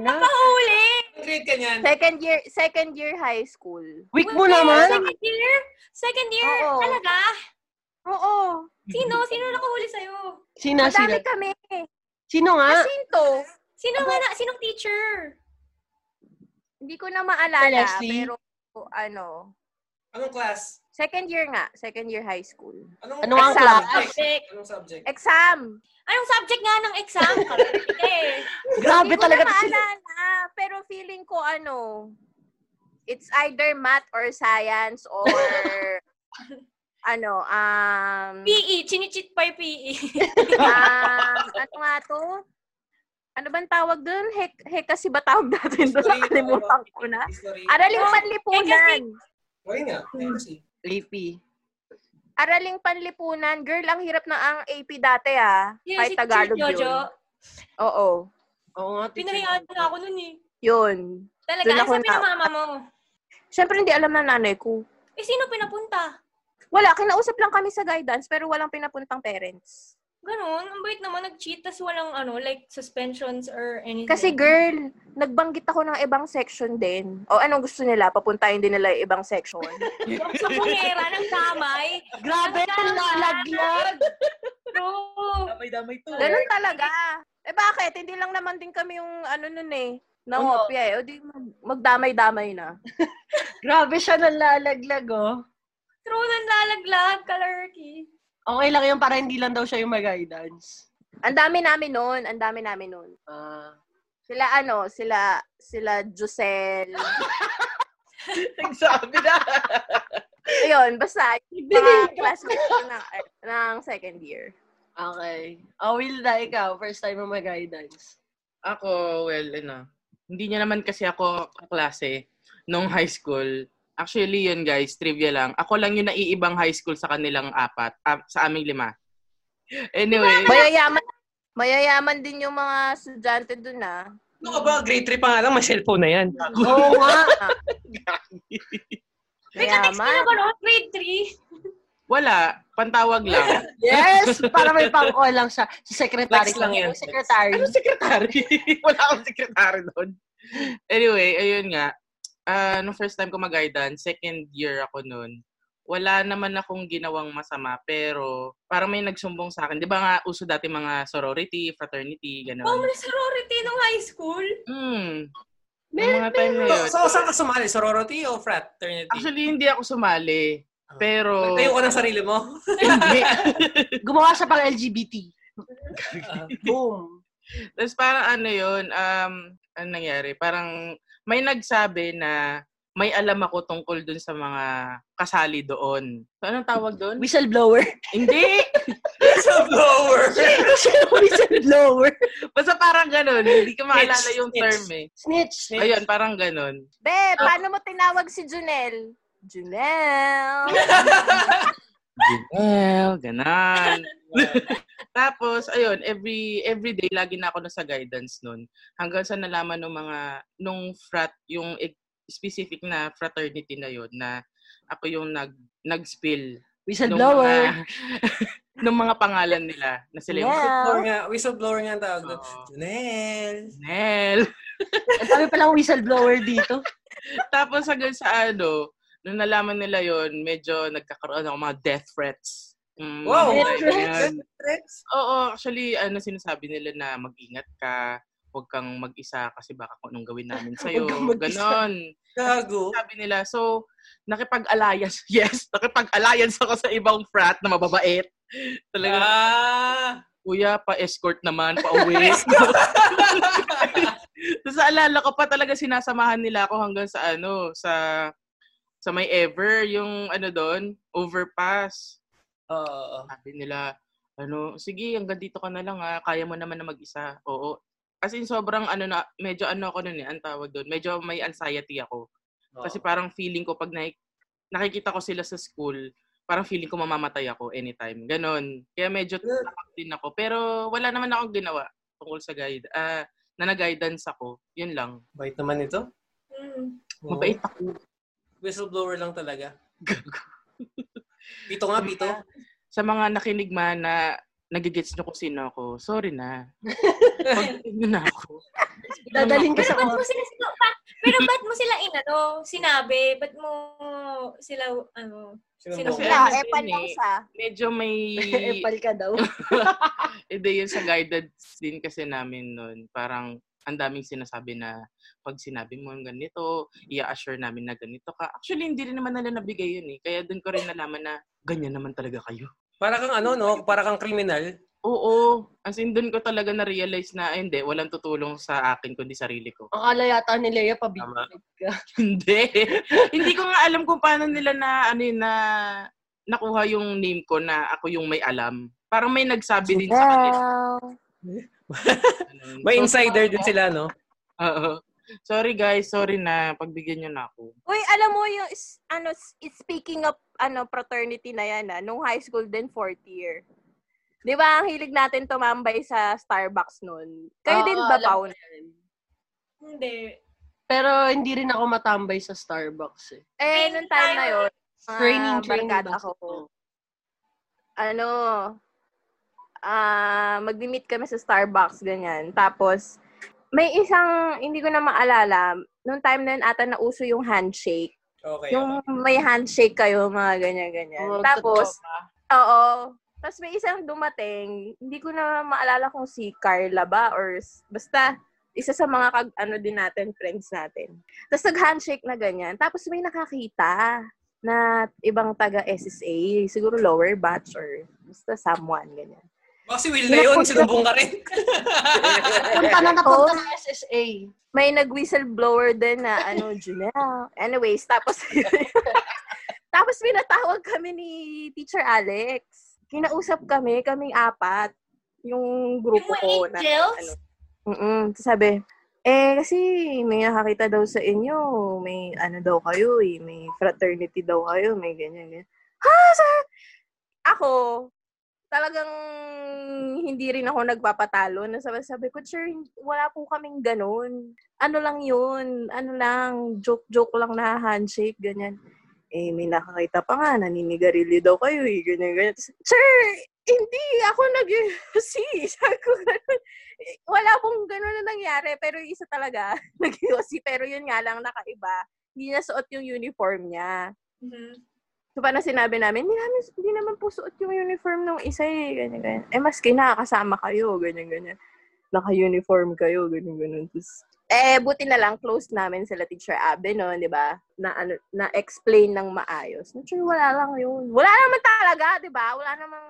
S3: Na?
S2: Pahuli!
S1: Grade ka niyan.
S5: Second year, second year high school.
S3: Week mo
S2: Wait,
S3: naman.
S2: Second year? Second year?
S5: Oo.
S2: Talaga?
S5: Oo.
S2: Sino? Sino nakahuli sa'yo?
S3: Sina, sila.
S5: Madami Ah, kami.
S3: Sino nga?
S5: Jacinto.
S2: Sino nga na? Sinong teacher?
S5: Hindi ko na maalala,
S3: Leslie?
S5: pero ano,
S1: Anong class?
S5: second year nga, second year high school.
S1: Anong,
S3: Ano ang
S5: Exam.
S3: class?
S2: Subject.
S1: Anong subject?
S5: Exam.
S2: Anong subject nga ng exam? Karate ka eh.
S3: Grabe
S5: Hindi ko na
S3: talaga. sila.
S5: maalala, pero feeling ko ano, it's either math or science or
S3: [LAUGHS]
S5: ano, um,
S3: [LAUGHS]
S2: PE. E, Chinichit pa yung E.
S5: [LAUGHS]
S2: PE.
S5: um, ano nga to? Ano bang tawag dun? Hek, hek kasi ba tawag natin doon? Nakalimutan ko na.
S1: History.
S5: Araling panlipunan.
S1: Why nga? Kasi.
S3: AP.
S5: Araling panlipunan. Girl, ang hirap na ang AP dati ah.
S2: Yun,
S5: Kahit
S2: si
S5: Tagalog
S2: Teacher Jojo.
S5: yun. Oo.
S3: Oo nga. teacher.
S2: Pinahiyaan na ako nun eh.
S5: Yun.
S2: Talaga,
S5: Doon
S2: ano
S5: ako
S2: sabi
S5: na-
S2: ng mama mo?
S5: Siyempre, hindi alam na nanay ko.
S2: Eh, sino pinapunta?
S5: Wala, kinausap lang kami sa guidance, pero walang pinapuntang parents.
S2: Ganun, ang bait naman, nag-cheat, tas walang ano, like, suspensions or anything.
S5: Kasi girl, nagbanggit ako ng ibang section din. O anong gusto nila? Papuntahin din nila yung
S2: [LAUGHS]
S5: ibang section.
S2: sa pungera ng
S5: [LAUGHS]
S2: kamay,
S3: Grabe, nalaglag.
S2: bro.
S4: Damay-damay to.
S5: Ganun talaga. Eh bakit? Hindi lang naman din kami yung ano nun eh.
S2: Ano?
S3: Oo.
S5: Nangopya eh. O di mag- magdamay-damay na.
S3: Grabe siya nalalaglag, oh.
S2: True, nanlalaglag, kalarki.
S3: Okay lang yun para hindi lang daw siya yung mag-guidance.
S5: Ang dami namin nun. Ang dami namin nun.
S3: Ah.
S5: Sila ano, sila, sila Giselle.
S4: Nagsabi na.
S5: Ayun, basta yung mga classmates ko ng, ng second year.
S3: Okay. Oh, Wilda, ikaw, first time mo mag-guidance.
S4: Ako, well, ano, hindi niya naman kasi ako kaklase nung high school. Actually, yun guys, trivia lang. Ako lang yung naiibang high school sa kanilang apat, ah, sa aming lima. Anyway,
S5: Mayayaman, mayayaman din yung mga estudyante dun ah.
S1: Ano ka ba? Grade 3 pa nga lang, may cellphone na yan.
S3: Oo nga.
S2: Wait, na-text ka na
S5: Ah. Mayaman.
S2: ba, no? Grade 3?
S4: wala. Pantawag lang.
S1: [LAUGHS]
S3: Yes! Para may pangko lang siya. Si secretary
S1: Flex lang
S3: ko.
S1: yan.
S3: Yung Secretary.
S4: Ano sekretary? [LAUGHS] Wala akong sekretary doon. Anyway, ayun nga. Ah, nung first time ko mag-guidance, second year ako noon. Wala naman akong ginawang masama, pero parang may nagsumbong sa akin. Di ba nga, uso dati mga sorority, fraternity,
S2: Oh,
S4: gano'n.
S2: may sorority nung high school.
S4: Hmm. Yung
S3: Meron,
S4: mga time na yun.
S1: So, so, saan ka sumali? Sorority o fraternity?
S4: Actually, hindi ako sumali.
S5: Ah.
S4: Pero,
S1: Tayo ka ng sarili [LAUGHS] mo.
S4: [LAUGHS] hindi.
S3: Gumawa siya pang
S1: [LAUGHS]
S3: LGBT. Boom.
S4: Tapos parang ano yun, um, ano nangyari? Parang may nagsabi na may alam ako tungkol dun sa mga kasali doon. So, anong tawag doon?
S3: [LAUGHS] Whistleblower.
S4: Hindi!
S1: Whistleblower!
S3: Whistleblower.
S4: Basta parang ganun. Hindi ko maalala
S1: Snitch,
S4: yung
S1: snitch.
S4: term eh.
S3: Snitch.
S4: Ayun, parang ganun.
S5: Be, paano mo tinawag si Junel? Junel!
S4: Well, [LAUGHS] ganun. Tapos, ayun, every every day, lagi na ako na sa guidance nun. Hanggang sa nalaman ng mga, nung frat, yung e- specific na fraternity na yun, na ako yung nag, nag-spill nung
S3: Whistleblower.
S4: mga, [LAUGHS] nung mga pangalan nila na sila yung
S1: whistleblower
S5: Junel!
S1: nga, whistleblower nga ang tawag doon.
S4: Oo.
S1: Junel!
S4: Nel.
S3: Ang dami palang whistleblower dito.
S4: [LAUGHS] Tapos hanggang sa ano, nung nalaman nila yon medyo nagkakaroon ako ng mga death threats. Mm,
S1: Wow!
S4: mga
S3: Death threats?
S4: ganyan.
S1: Threats?
S4: Oo, actually, ano sinasabi nila na mag-ingat ka, huwag kang mag-isa kasi baka kung anong gawin namin
S3: [LAUGHS]
S4: sa'yo.
S3: Huwag kang mag-isa.
S4: Ganon.
S1: Gago.
S4: Sabi nila, so, nakipag-alliance. [LAUGHS] Yes, nakipag-alliance ako sa ibang frat na mababait. Talaga,
S1: Ah!
S4: kuya, pa-escort
S3: [LAUGHS]
S4: naman, pa-uwi. [LAUGHS] Tapos alala ko pa talaga sinasamahan nila ako hanggang sa ano, sa sa may ever, yung ano doon, overpass.
S1: Oo.
S4: Sabi nila, ano, sige, hanggang dito ka na lang ha, kaya mo naman na mag-isa. Oo. As in, sobrang ano na, medyo ano ako nun eh, ang tawag doon. Medyo may anxiety ako. Kasi parang feeling ko pag nai- nakikita ko sila sa school, parang feeling ko mamamatay ako anytime. Ganon. Kaya medyo
S1: Good.
S4: takot din ako. Pero wala naman akong ginawa tungkol sa guide. Ah, na nag-guidance ako. Yun lang.
S1: Bait naman ito.
S2: Mm.
S1: Oo.
S4: Mabait ako.
S1: Whistleblower lang talaga. Pito nga, pito.
S4: Sa mga nakinig man na nagigets nyo kung sino ako, sorry na. Pag nyo na ako.
S3: Dadalhin ka
S2: Pero
S3: sa
S2: ba't mo
S3: oras.
S2: sila, [LAUGHS] pa- pero ba't mo sila inano, sinabi? Ba't mo sila, ano,
S1: Sinumbong.
S4: Kasi-
S5: Sila,
S4: ano
S5: epal
S4: yun
S5: lang
S4: eh.
S5: siya.
S4: Medyo may...
S3: Epal ka daw.
S4: Hindi, yun sa guidance din kasi namin nun. Parang ang daming sinasabi na pag sinabi mo yung ganito, i-assure namin na ganito ka. Actually, hindi rin naman nila nabigay yun eh. Kaya doon ko rin nalaman na ganyan naman talaga kayo.
S1: Para kang ano, no? Para kang kriminal.
S4: Oo. As in, doon ko talaga na-realize na, ay, hindi, walang tutulong sa akin kundi sarili ko. [LAUGHS]
S3: Akala yata ni Leia
S1: Tama.
S3: pabigyan ka.
S4: hindi. hindi ko nga alam kung paano nila na, ano yun, na nakuha yung name ko na ako yung may alam. Parang may nagsabi din sa akin.
S5: Junel!
S4: Ganun.
S1: May
S4: So,
S1: insider din sila, no?
S4: Oo. Sorry guys, sorry na pagbigyan niyo na ako.
S5: Uy, alam mo yung, is- ano, s- speaking of, ano, fraternity na yan, ah, nung high school din, fourth year. Di ba, ang hilig natin tumambay sa Starbucks noon.
S3: Oo,
S5: Kayo din ba,
S3: Ah, alam ko
S5: Paul?
S2: hindi.
S3: Pero hindi rin ako matambay sa Starbucks eh.
S5: Eh, nung time na yun, mga
S3: Training, training.
S5: Ah, barkada
S3: ba?
S5: ako. ano, ah mag-meet kami sa Starbucks, ganyan. Tapos, may isang, hindi ko na maalala, nung time na yun ata nauso yung handshake.
S1: Okay.
S5: Yung may handshake kayo, mga ganyan-ganyan.
S3: Oo,
S5: Tapos,
S3: totoo ka.
S5: oo. Tapos may isang dumating, hindi ko na maalala kung si Carla ba or s- basta isa sa mga kag, ano din natin, friends natin. Tapos nag-handshake na ganyan. Tapos may nakakita na ibang taga SSA, siguro lower batch or basta someone ganyan.
S1: Baka Oh, si Will na yun, sinumbong ka rin.
S3: Punta
S5: [LAUGHS]
S3: na
S5: Oh.
S3: napunta sa SSA.
S5: May nag-whistleblower din na ano, Junel. Anyways, tapos [LAUGHS] tapos pinatawag kami ni Teacher Alex. Kinausap kami, kaming apat, yung
S2: Yung
S5: grupo
S2: mga
S5: ko na ano.
S2: angels?
S5: Mm-mm. Tapos Sabi, eh kasi may nakakita daw sa inyo, may ano daw kayo eh, may fraternity daw kayo, may ganyan, ganyan. Ha? Sa... Ako, talagang hindi rin ako nagpapatalo. Nasabi sabi ko, sir, wala po kaming ganun. Ano lang yun, ano lang, joke-joke lang na handshake, ganyan. eh, may nakakita pa nga, naninigarilyo daw kayo, eh, ganyan, ganyan. Tapos, Sir, hindi ako [LAUGHS] nag-UFC. Sabi ko, ganun. Eh, Wala pong ganun na nangyari, pero yung isa talaga, [LAUGHS] nag-UFC. Pero yun nga lang, nakaiba. Hindi niya suot yung uniform niya. Mm-hmm. So, paano sinabi namin, hindi, namin, hindi naman po suot yung uniform ng isa eh, ganyan, ganyan. Eh, maski nakakasama kayo, ganyan, ganyan. Naka-uniform kayo, ganyan, ganyan. Tapos, eh, buti na lang, close namin sila Teacher Abe, no, di ba? Na, ano, na-explain ng maayos. Actually, wala lang yun. Wala naman talaga, di ba? Wala namang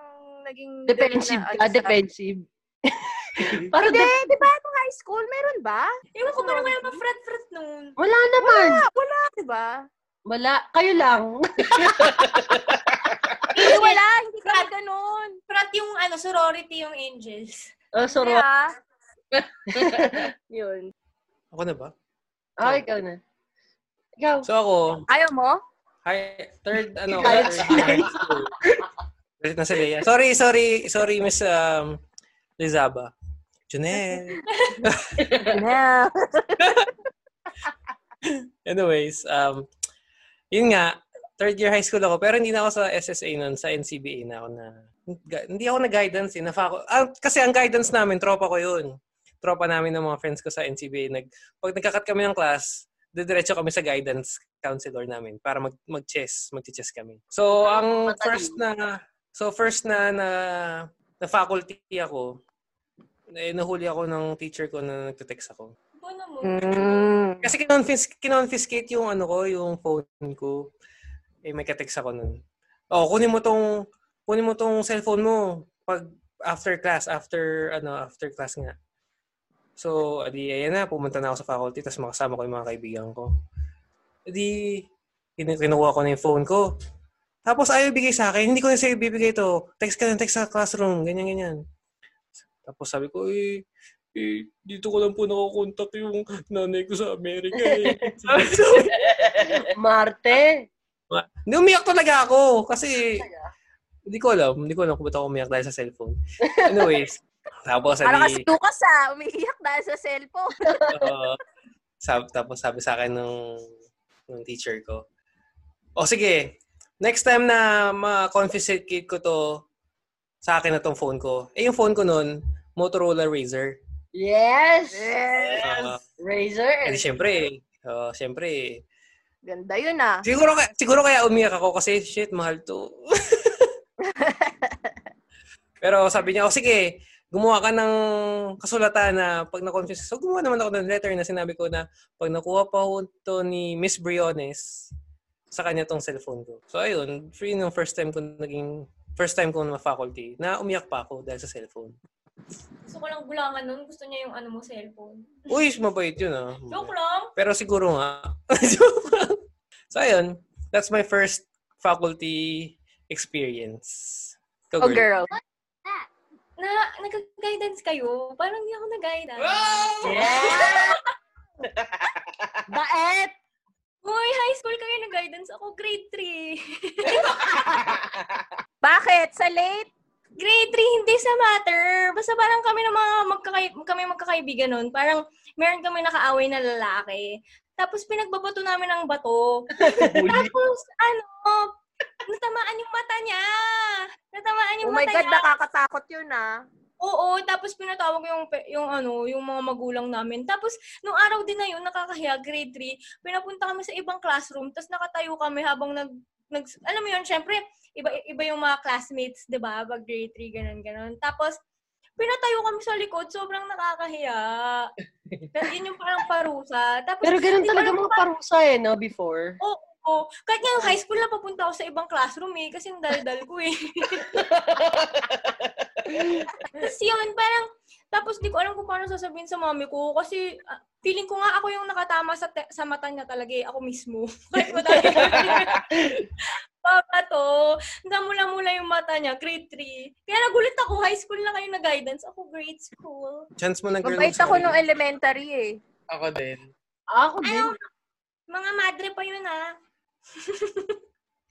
S5: naging...
S3: Defensive
S5: ganun na- ano,
S3: ka, defensive. [LAUGHS] Para
S5: Hindi,
S3: de-
S5: di ba? Nung high school, meron ba?
S2: Iwan ko pa naman yung fret-fret noon.
S3: wala naman.
S5: Wala, wala, di ba?
S3: Wala. Kayo lang. [LAUGHS]
S5: Hindi, wala, hindi kami ganun.
S2: Frat yung ano, sorority yung angels.
S3: Oh,
S5: Hindi,
S3: sorry.
S5: ah. [LAUGHS] Yun.
S1: Ako na ba?
S3: Ah, ikaw na. Ikaw.
S1: So ako,
S5: Ayaw mo?
S1: hi, third, ano, ako,
S3: College
S1: third year high school. Galit na si Lea. Sorry, sorry, sorry, Miss um, Lizaba. Janelle.
S5: No.
S1: Anyways, um, yun nga, third year high school ako, pero hindi na ako sa SSA nun, sa NCBA na ako na, hindi ako na-guidance eh, nafa ako, ah, kasi ang guidance namin, tropa ko yun. Tropa namin ng mga friends ko sa NCBA. Nag, pag nagkakat kami ng class, didiretso kami sa guidance counselor namin para mag, mag-chess, mag-chess kami. So, ang first na, so first na, na, na faculty ako, eh, nahuli ako ng teacher ko na nagte-text ako.
S2: Ano mo?
S5: Mm.
S1: Kasi kinonfis- kinonfiscate yung ano ko, yung phone ko. Eh, may katext ako nun. Oh, kunin mo tong, kunin mo tong cellphone mo pag after class, after, ano, after class nga. So, adi, ayan na, pumunta na ako sa faculty, tapos makasama ko yung mga kaibigan ko. Adi, kin- kinuha ko na yung phone ko. Tapos ayaw ibigay sa akin, hindi ko na sa'yo ibibigay ito. Text ka ng text sa classroom, ganyan, ganyan. Tapos sabi ko, eh, eh, dito ko lang po nakakontak yung nanay ko sa Amerika eh. Sabi ko,
S3: Marte.
S1: [LAUGHS] Hindi, umiyak talaga ako. Kasi, hindi ko alam. Hindi ko alam kung ba't ako umiyak dahil sa cellphone. Anyways, tapos sabi,
S5: Parang kasi Lucas ah, umiiyak dahil sa
S3: [LAUGHS]
S5: cellphone.
S1: oo. Sab- tapos sabi sa akin nung, nung teacher ko, o sige, next time na ma-confiscate ko to, sa akin na tong phone ko. Eh, yung phone ko nun, Motorola Razr.
S3: Yes. Eh,
S1: Ah,
S3: Razor.
S1: and syempre, oh, syempre,
S5: Ganda yun ah.
S1: Siguro, ka- siguro kaya umiyak ako kasi, shit, mahal to. Pero sabi niya, o sige, gumawa ka ng kasulatan na pag na-confuse. So gumawa naman ako ng letter na sinabi ko na pag nakuha pa ho to ni Miss Briones, sa kanya tong cellphone ko. So ayun, free nung first time ko naging, first time ko na faculty, na umiyak pa ako dahil sa cellphone.
S2: Gusto ko lang gulangan nun. Gusto niya yung ano mo, cellphone.
S1: Uy, mabait yun ah.
S2: Joke lang.
S1: Pero siguro nga. [LAUGHS] Joke lang. so, ayun. That's my first faculty experience. Go,
S5: Oh, girl.
S2: Na, nag-guidance kayo. Parang hindi ako nag-guidance.
S1: Ah!
S3: Yes. Baet.
S2: Uy, high school kayo nag-guidance ako. Grade [LAUGHS] 3.
S5: Bakit? Sa late?
S2: grade 3, hindi sa matter. Basta parang kami ng mga magkakay- kami magkakaibigan nun. Parang meron kami nakaaway na lalaki. Tapos pinagbabato namin ng bato. Tapos ano, natamaan yung mata niya. Natamaan yung
S5: Oh my
S2: mata
S5: God,
S2: niya.
S5: nakakatakot yun ah.
S2: Oo, tapos pinatawag yung pe- yung ano, yung mga magulang namin. Tapos nung araw din na yun, nakakahiya grade 3, pinapunta kami sa ibang classroom, tapos nakatayo kami habang nag, nag alam mo yun, syempre iba iba yung mga classmates, 'di ba? Pag grade 3 ganun ganun. Tapos pinatayo kami sa likod, sobrang nakakahiya. Tapos yun yung parang parusa. Tapos
S3: Pero ganun
S2: di ba
S3: talaga
S2: nung
S3: mga parusa eh, no, before.
S2: Oo. Kahit nga yung high school na papunta ako sa ibang classroom eh, kasi ang daldal ko eh. tapos yun, parang, tapos di ko alam kung paano sasabihin sa mami ko kasi ah, feeling ko nga ako yung nakatama sa, te- sa mata niya talaga eh, ako mismo. [LAUGHS] Kahit madami [LAUGHS] Papa to, namula-mula yung mata niya, grade 3. Kaya nagulit ako, high school na kayo na guidance. Ako grade school.
S1: Chance mo na, girl.
S5: Mabait ako
S1: sorry.
S5: nung elementary eh.
S4: Ako din.
S3: Ako din.
S2: Ano? Mga madre pa yun ah.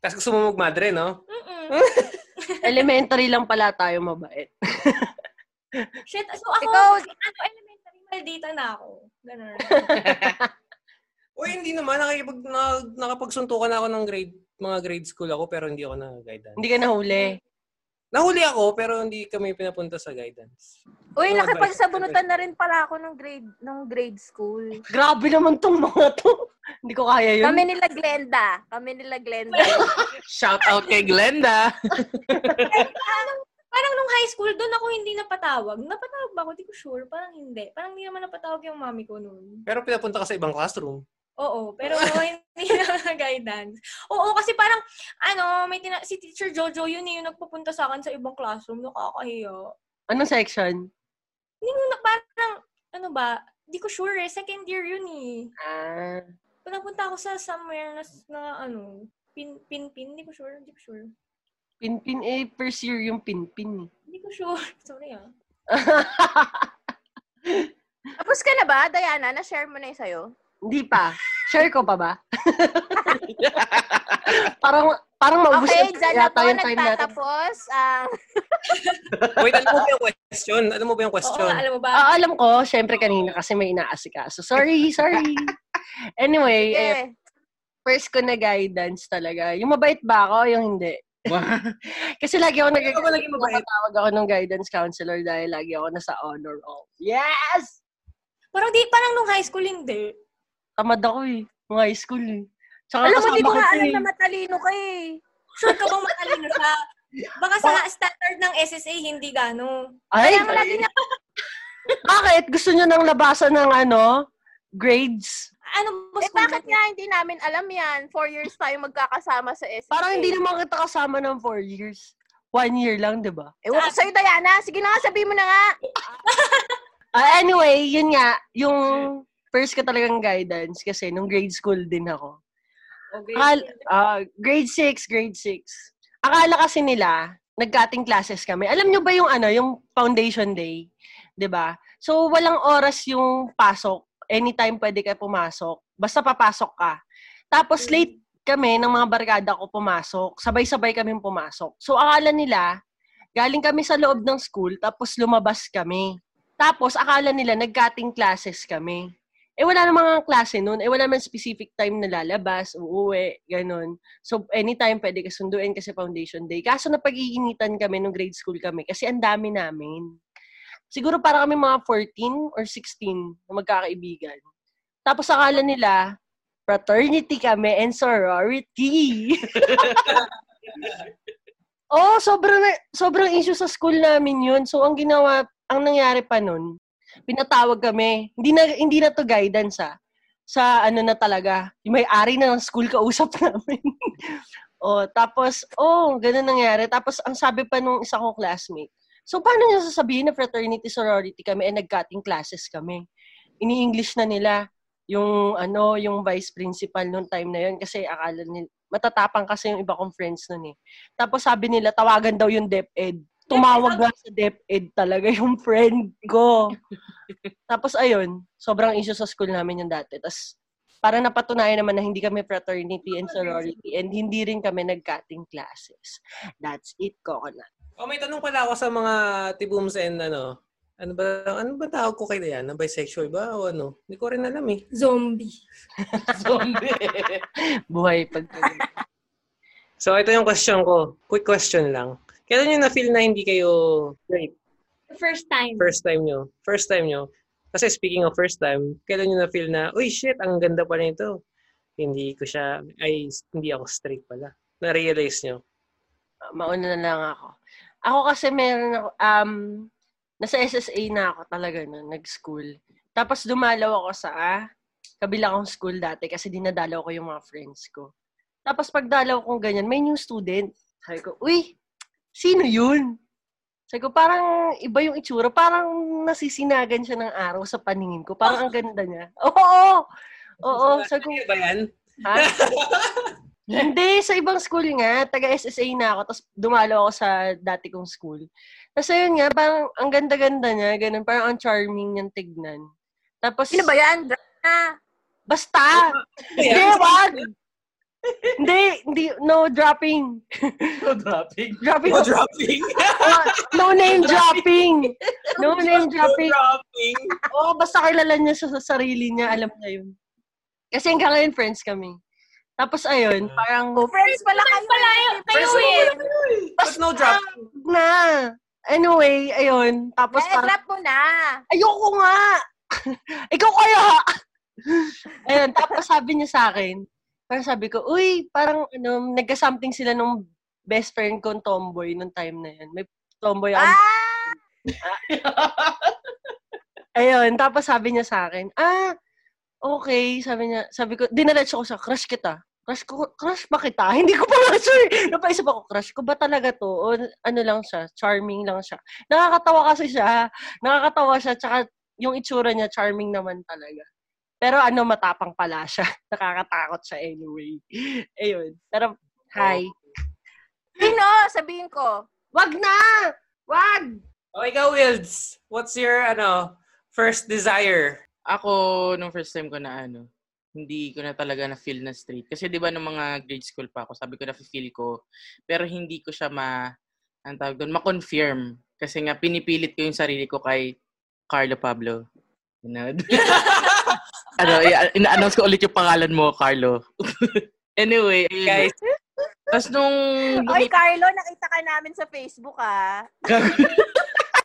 S1: Tapos gusto mo magmadre, no?
S2: Mm-mm.
S3: Elementary lang pala tayo mabait.
S2: Shit, so ako,
S5: Ikaw-
S2: ano, elementary, maldita na ako. Ganun.
S1: Uy, hindi naman. Nakipag, na, nakapagsuntukan ako ng grade mga grade school ako pero hindi ako nag-guidance.
S3: Hindi ka nahuli.
S1: Nahuli ako pero hindi kami pinapunta sa guidance.
S5: Uy,
S1: Ano ba?
S5: nakipagsabunutan na rin pala ako nung grade, nung grade school.
S3: Grabe naman tong mga to. [LAUGHS] Hindi ko kaya yun.
S5: Kami nila Glenda. Kami nila Glenda.
S4: Shout out kay Glenda.
S2: Parang nung high school, doon ako hindi napatawag. Napatawag ba ako? Di ko sure. Parang hindi. Parang hindi naman napatawag yung mami ko noon.
S1: Pero pinapunta ka sa ibang classroom.
S2: Oo, pero [LAUGHS] hindi na guidance. Oo, kasi parang, ano, may tina- si Teacher Jojo yun eh, yung nagpupunta sa akin sa ibang classroom. Nakakahiya.
S3: Anong section?
S2: Hindi mo na parang, ano ba, di ko sure eh, second year yun eh.
S3: Ah.
S2: Pinapunta ako sa somewhere na, na ano, pin, pin, pin, di ko sure, di ko sure.
S3: Pinpin eh. First year yung pinpin [LAUGHS] eh.
S2: Hindi ko sure. [LAUGHS] Sorry ah.
S5: Tapos ka na ba, Diana? Na-share mo na yung sa'yo?
S3: Hindi pa. Share ko pa ba? [LAUGHS] parang parang maubos na
S5: Okay, dyan na po
S3: Oh, yata yung time natin.
S5: nagtatapos Ah, ang
S1: Wait, alam mo ba yung question? Alam mo ba yung
S2: Oo
S1: question?
S2: nga, alam mo ba?
S3: Ah, alam ko, syempre kanina kasi may inaasikaso. Sorry,
S5: [LAUGHS]
S3: sorry. Anyway, eh,
S5: yeah.
S3: first ko na guidance talaga. Yung mabait ba ako o yung hindi? Kasi lagi ako nag
S1: Hindi ka ba naging mabait?
S3: tawag ako ng guidance counselor dahil lagi ako nasa honor roll. Yes!
S2: Parang di, parang nung high school hindi.
S3: Tamad ako eh. Nung high school eh. Tsaka
S5: Alam mo, di ko
S3: kasama
S5: nga
S3: ko
S5: alam
S3: eh.
S5: na matalino ka eh.
S2: Sure ka bang matalino siya? Baka
S1: [LAUGHS]
S2: sa
S1: Oh.
S2: standard ng SSA, hindi gano.
S3: Ay,
S5: Kaya mo natin na,
S3: [LAUGHS] bakit? Gusto nyo nang labasan ng ano? Grades?
S2: Ano ba
S5: eh
S2: school
S5: bakit
S2: natin?
S5: nga hindi namin alam yan? Four years tayo magkakasama sa SSA.
S3: Parang hindi naman kita kasama ng four years. One year lang, di ba?
S5: Ewan ko Eh, sa'yo, Diana. Sige na nga, sabihin mo na nga.
S3: Ah, anyway, yun nga, yung first ko talagang guidance kasi nung grade school din ako.
S2: Okay.
S3: Akala, ah, grade 6, grade 6. Akala kasi nila, nagkating classes kami. Alam nyo ba yung ano, yung foundation day? 'Di ba? So, walang oras yung pasok. Anytime pwede ka pumasok. Basta papasok ka. Tapos, late kami ng mga barkada ko pumasok. Sabay-sabay kami pumasok. So, akala nila, galing kami sa loob ng school, tapos lumabas kami. Tapos, akala nila, nagkating classes kami. Eh, wala namang mga klase nun. Eh, wala naman specific time na lalabas, uuwi, ganun. So, anytime pwede ka sunduin kasi foundation day. Kaso napag-iinitan kami nung grade school kami kasi ang dami namin. Siguro para kami mga 14 or 16 na magkakaibigan. Tapos akala nila, fraternity kami and sorority. [LAUGHS] oh, sobrang na- sobrang issue sa school namin 'yun. So ang ginawa, ang nangyari pa nun, pinatawag kami. Hindi na hindi na to guidance ah. Sa ano na talaga, yung may-ari na ng school kausap [LAUGHS] namin. oh, tapos oh, ganun nangyari. Tapos ang sabi pa nung isa kong classmate, So, paano niya sasabihin na fraternity sorority kami and nag-cutting classes kami? Ini-English na nila yung ano, yung vice principal noong time na yun kasi akala nila, matatapang kasi yung iba kong friends noon eh. Tapos sabi nila, tawagan daw yung DepEd. Tumawag nga sa DepEd talaga yung friend ko. Tapos ayun, sobrang issue sa school namin yung dati. Tapos parang napatunayan naman na hindi kami fraternity and sorority and hindi rin kami nag-cutting classes. That's it, coconut.
S1: Oh, may tanong pala ako sa mga tibooms and ano. Ano ba ano ba tawag ko kay Diana? Bisexual ba o ano? Hindi ko rin alam eh.
S2: Zombie.
S3: Buhay pag...
S1: So, ito yung question ko. Quick question lang. Kailan nyo na-feel na hindi kayo straight?
S2: First time.
S1: First time nyo. First time nyo. Kasi speaking of first time, kailan nyo na-feel na, uy, shit, ang ganda pa nito. Hindi ko siya, ay, hindi ako straight pala. Na-realize nyo.
S3: mauna na lang ako. Ako kasi meron ako, um, nasa SSA na ako talaga nun, nag-school. Tapos dumalaw ako sa kabila kong school dati kasi dinadalaw ko yung mga friends ko. Tapos pagdalaw kong ganyan, may new student. Sabi ko, uy, sino yun? Sabi ko, parang iba yung itsura. Parang nasisinagan siya ng araw sa paningin ko. Parang ang ganda niya. [LAUGHS] Oo! Oo, sabi ko,
S1: Ano ba yan?
S3: Ha? [LAUGHS] Hindi, sa ibang school nga, taga-SSA na ako, tapos dumalo ako sa dati kong school. Tapos ayun nga, parang ang ganda-ganda niya, ganun, parang ang charming niyang tignan. Tapos,
S5: Sino ba yan? Diana.
S3: basta! Hindi,
S5: [LAUGHS]
S3: wag! hindi, hindi, no dropping.
S4: No dropping.
S3: Dropping,
S1: No
S3: [LAUGHS]
S1: dropping.
S3: oh, no name dropping. No name dropping.
S1: dropping.
S3: Oo, basta kilala niya sa, sa sarili niya, alam niya yun. Kasi hanggang ngayon friends kami. Tapos ayun, parang
S5: Oh, friends pala
S2: Friends
S5: kayo.
S2: pala yun. Kayo
S1: Friends
S2: eh.
S1: But no drop.
S3: na. Anyway, ayun. Tapos
S5: Eh,
S3: parang,
S5: drop mo na.
S3: ayoko nga! [LAUGHS] Ikaw kaya! ayun, tapos sabi niya sa akin, parang sabi ko, uy, parang ano, nagka-something sila nung best friend ko tomboy nung time na yun. May tomboy ako.
S5: Ah!
S3: Ayun, tapos sabi niya sa akin, ah, okay, sabi niya, sabi ko, dinaletso ko sa crush kita. Crush ko, crush ba kita? [LAUGHS] Hindi ko pa nga sure. Napaisip ako, crush ko ba talaga to? O ano lang siya, charming lang siya. Nakakatawa kasi siya. Nakakatawa siya, tsaka yung itsura niya, charming naman talaga. Pero ano, matapang pala siya. [LAUGHS] Nakakatakot siya anyway. Ayun. Pero, hi.
S5: Sino? Sabihin ko.
S3: Wag na! Wag!
S1: Oh, ikaw, Wilds. What's your, ano, first desire?
S4: [LAUGHS] Ako, nung first time ko na ano, hindi ko na talaga na-feel na straight. Kasi di ba nung mga grade school pa ako, sabi ko na-feel ko. Pero hindi ko siya ma, ang tawag doon, ma-confirm. Kasi nga, pinipilit ko yung sarili ko kay Carlo Pablo. You know? [LAUGHS] ano, i- ina-announce ko ulit yung pangalan mo, Carlo. [LAUGHS] anyway, ayun.
S1: Guys,
S4: Tapos nung...
S5: Oy, Carlo, nakita ka namin sa Facebook, ah.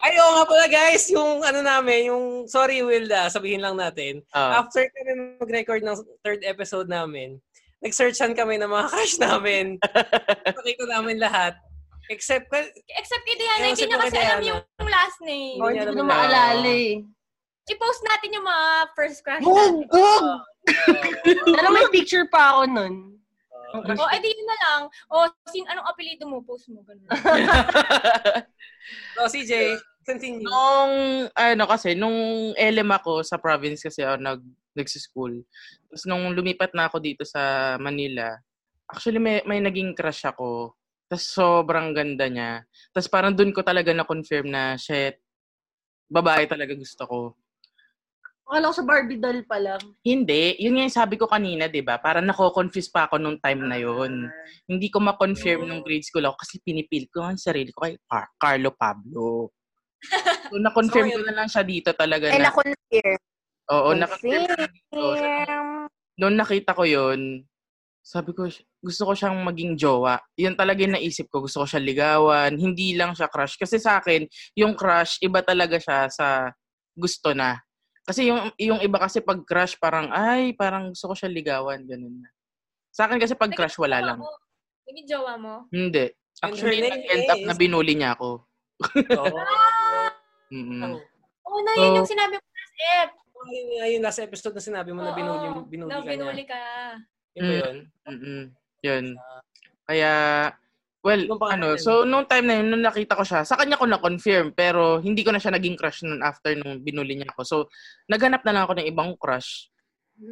S1: ay, oo nga pala, guys. Yung, ano namin, yung, sorry, Wilda, sabihin lang natin.
S4: Ah.
S1: After kami mag-record ng third episode namin, nag-searchan kami ng mga [LAUGHS] crush namin. Nakita namin lahat. Except, ka-
S2: Except kay Diana,
S1: Ayun,
S2: hindi
S1: si
S2: niya kasi
S1: Papa
S2: alam
S1: Diana.
S2: yung last name.
S3: Oh, hindi ko
S1: ano? Hindi niya
S4: Ah.
S3: na
S1: naman [LAUGHS]
S3: maalala eh.
S2: I-post natin yung mga first crush
S3: Wag!
S2: natin.
S3: Wag! Pero may picture pa ako nun.
S2: O, oh, edi yun na lang. O, sin anong apelido mo? Post
S1: [LAUGHS]
S2: mo. Ganun.
S4: [LAUGHS]
S1: so, CJ, Oh, continue.
S4: Nung, ano kasi, nung LM ako sa province kasi ako nag, nagsischool. Tapos nung lumipat na ako dito sa Manila, actually may, may naging crush ako. Tapos sobrang ganda niya. Tapos parang dun ko talaga na-confirm na, shit, babae talaga gusto ko.
S3: Akala ko sa Barbie doll pa lang.
S4: Hindi. Yun nga yung sabi ko kanina, di ba? Parang nako-confuse pa ako nung time na yun. Hindi ko ma-confirm nung grade school ako kasi pinipilit ko ang sarili ko kay Car- Carlo Pablo. So, na-confirm ko na lang siya dito talaga
S5: And
S4: na.
S5: ako na here.
S4: Oo,
S5: Confirm.
S4: na-confirm ko na dito. Noon nakita ko yun, sabi ko, gusto ko siyang maging jowa. Yun talaga yung naisip ko. Gusto ko siya ligawan. Hindi lang siya crush. Kasi sa akin, yung crush, iba talaga siya sa gusto na. Kasi yung, yung iba kasi pag crush, parang, ay, parang gusto ko siya ligawan. Ganun na. Sa akin kasi pag
S2: Naging
S4: crush, wala
S2: jowa
S4: lang.
S2: mo. Naging Oh, jowa mo.
S4: Hindi.
S1: And
S4: Actually,
S1: her name
S4: nag-end up
S1: is-
S4: na binuli niya ako.
S1: Oo. Oh,
S4: Mm-mm.
S2: Oo Oh, na, yun
S4: So-
S2: yung sinabi mo last ep.
S1: Yun nga yung last episode na sinabi mo na
S2: Oo,
S1: Ano, binuli, binuli
S2: na
S1: ka niya.
S2: binuli ka.
S1: Yun ba yun?
S4: Mm-mm. Yun. Kaya, well,
S1: Yung pangalan.
S4: ano, so nung time na yun, nung nakita ko siya, sa kanya ko na-confirm, pero hindi ko na siya naging crush nun after nung binuli niya ako. So, naghanap na lang ako ng ibang crush.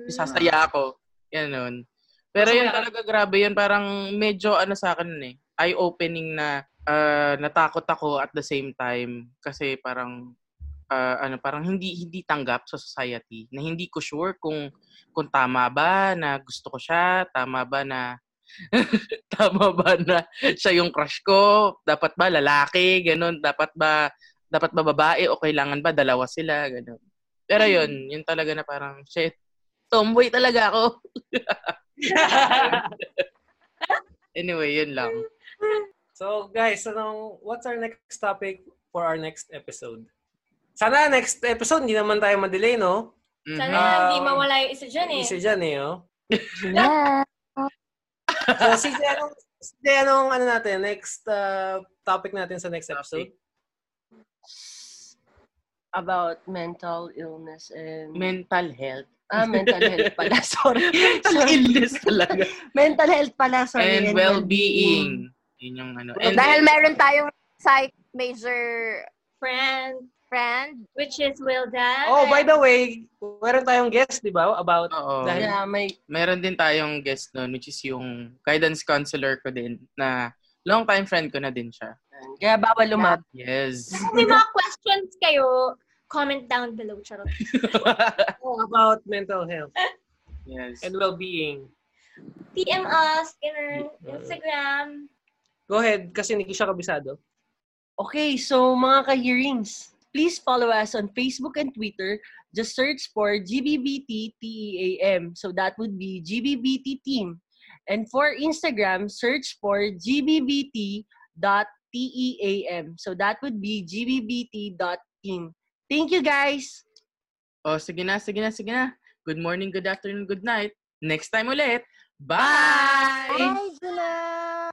S4: Sasaya ako. Yan nun. Pero
S1: So,
S4: yun
S1: wala-
S4: talaga grabe yun. Parang medyo ano sa akin nun eh. Eye-opening na ah, natakot ako at the same time. Kasi parang ah, ano parang hindi hindi tanggap sa society na hindi ko sure kung kung tama ba na gusto ko siya, tama ba na [LAUGHS] tama ba na siya yung crush ko, dapat ba lalaki, ganun, dapat ba dapat ba babae o kailangan ba dalawa sila, ganun. Pero yun, yun talaga na parang [LAUGHS] shit. Tomboy talaga ako. anyway, yun lang.
S1: [LAUGHS] So guys, anong, what's our next topic for our next episode? Sana next episode, hindi naman tayo madelay, no?
S4: Mhm.
S2: Sana
S1: Mhm.
S2: hindi mawala yung isa dyan eh.
S1: Isa dyan eh, oh.
S5: Yeah.
S1: So, CJ, anong, CJ, anong ano natin, next uh, topic natin sa next episode?
S3: About mental illness and...
S4: Mental health.
S3: ah, mental health
S4: [LAUGHS]
S3: pala. Sorry.
S4: Mental
S3: Sorry.
S4: illness talaga.
S3: mental health pala. Sorry.
S4: [LAUGHS] And well-being. Yun yung ano. And
S5: Dahil meron tayong psych major
S2: Friend,
S5: friend.
S2: which is Wilda.
S1: Oh, by the way, meron tayong guest, di ba? About,
S4: Oo.
S1: Dahil-
S3: Yeah, may...
S4: meron din tayong guest noon, which is yung guidance counselor ko din, na long-time friend ko na din siya.
S3: Kaya bawal lumab.
S4: Yes.
S2: Kung may mga questions kayo, comment down below. Charot.
S1: oh, about mental health
S4: yes.
S1: and well-being.
S2: PM us in our Instagram.
S1: Go ahead, kasi hindi siya kabisado.
S3: Okay, so mga ka-hearings, please follow us on Facebook and Twitter. E Just search for GBBTTEAM. So that would be GBBT Team. And for Instagram, search for gbbt.team. E So that would be gbbt.team. Thank you guys!
S4: O, Oh, sige na, sige na, sige na. Good morning, good afternoon, good night. Next time ulit. Bye!
S3: Bye! Good night!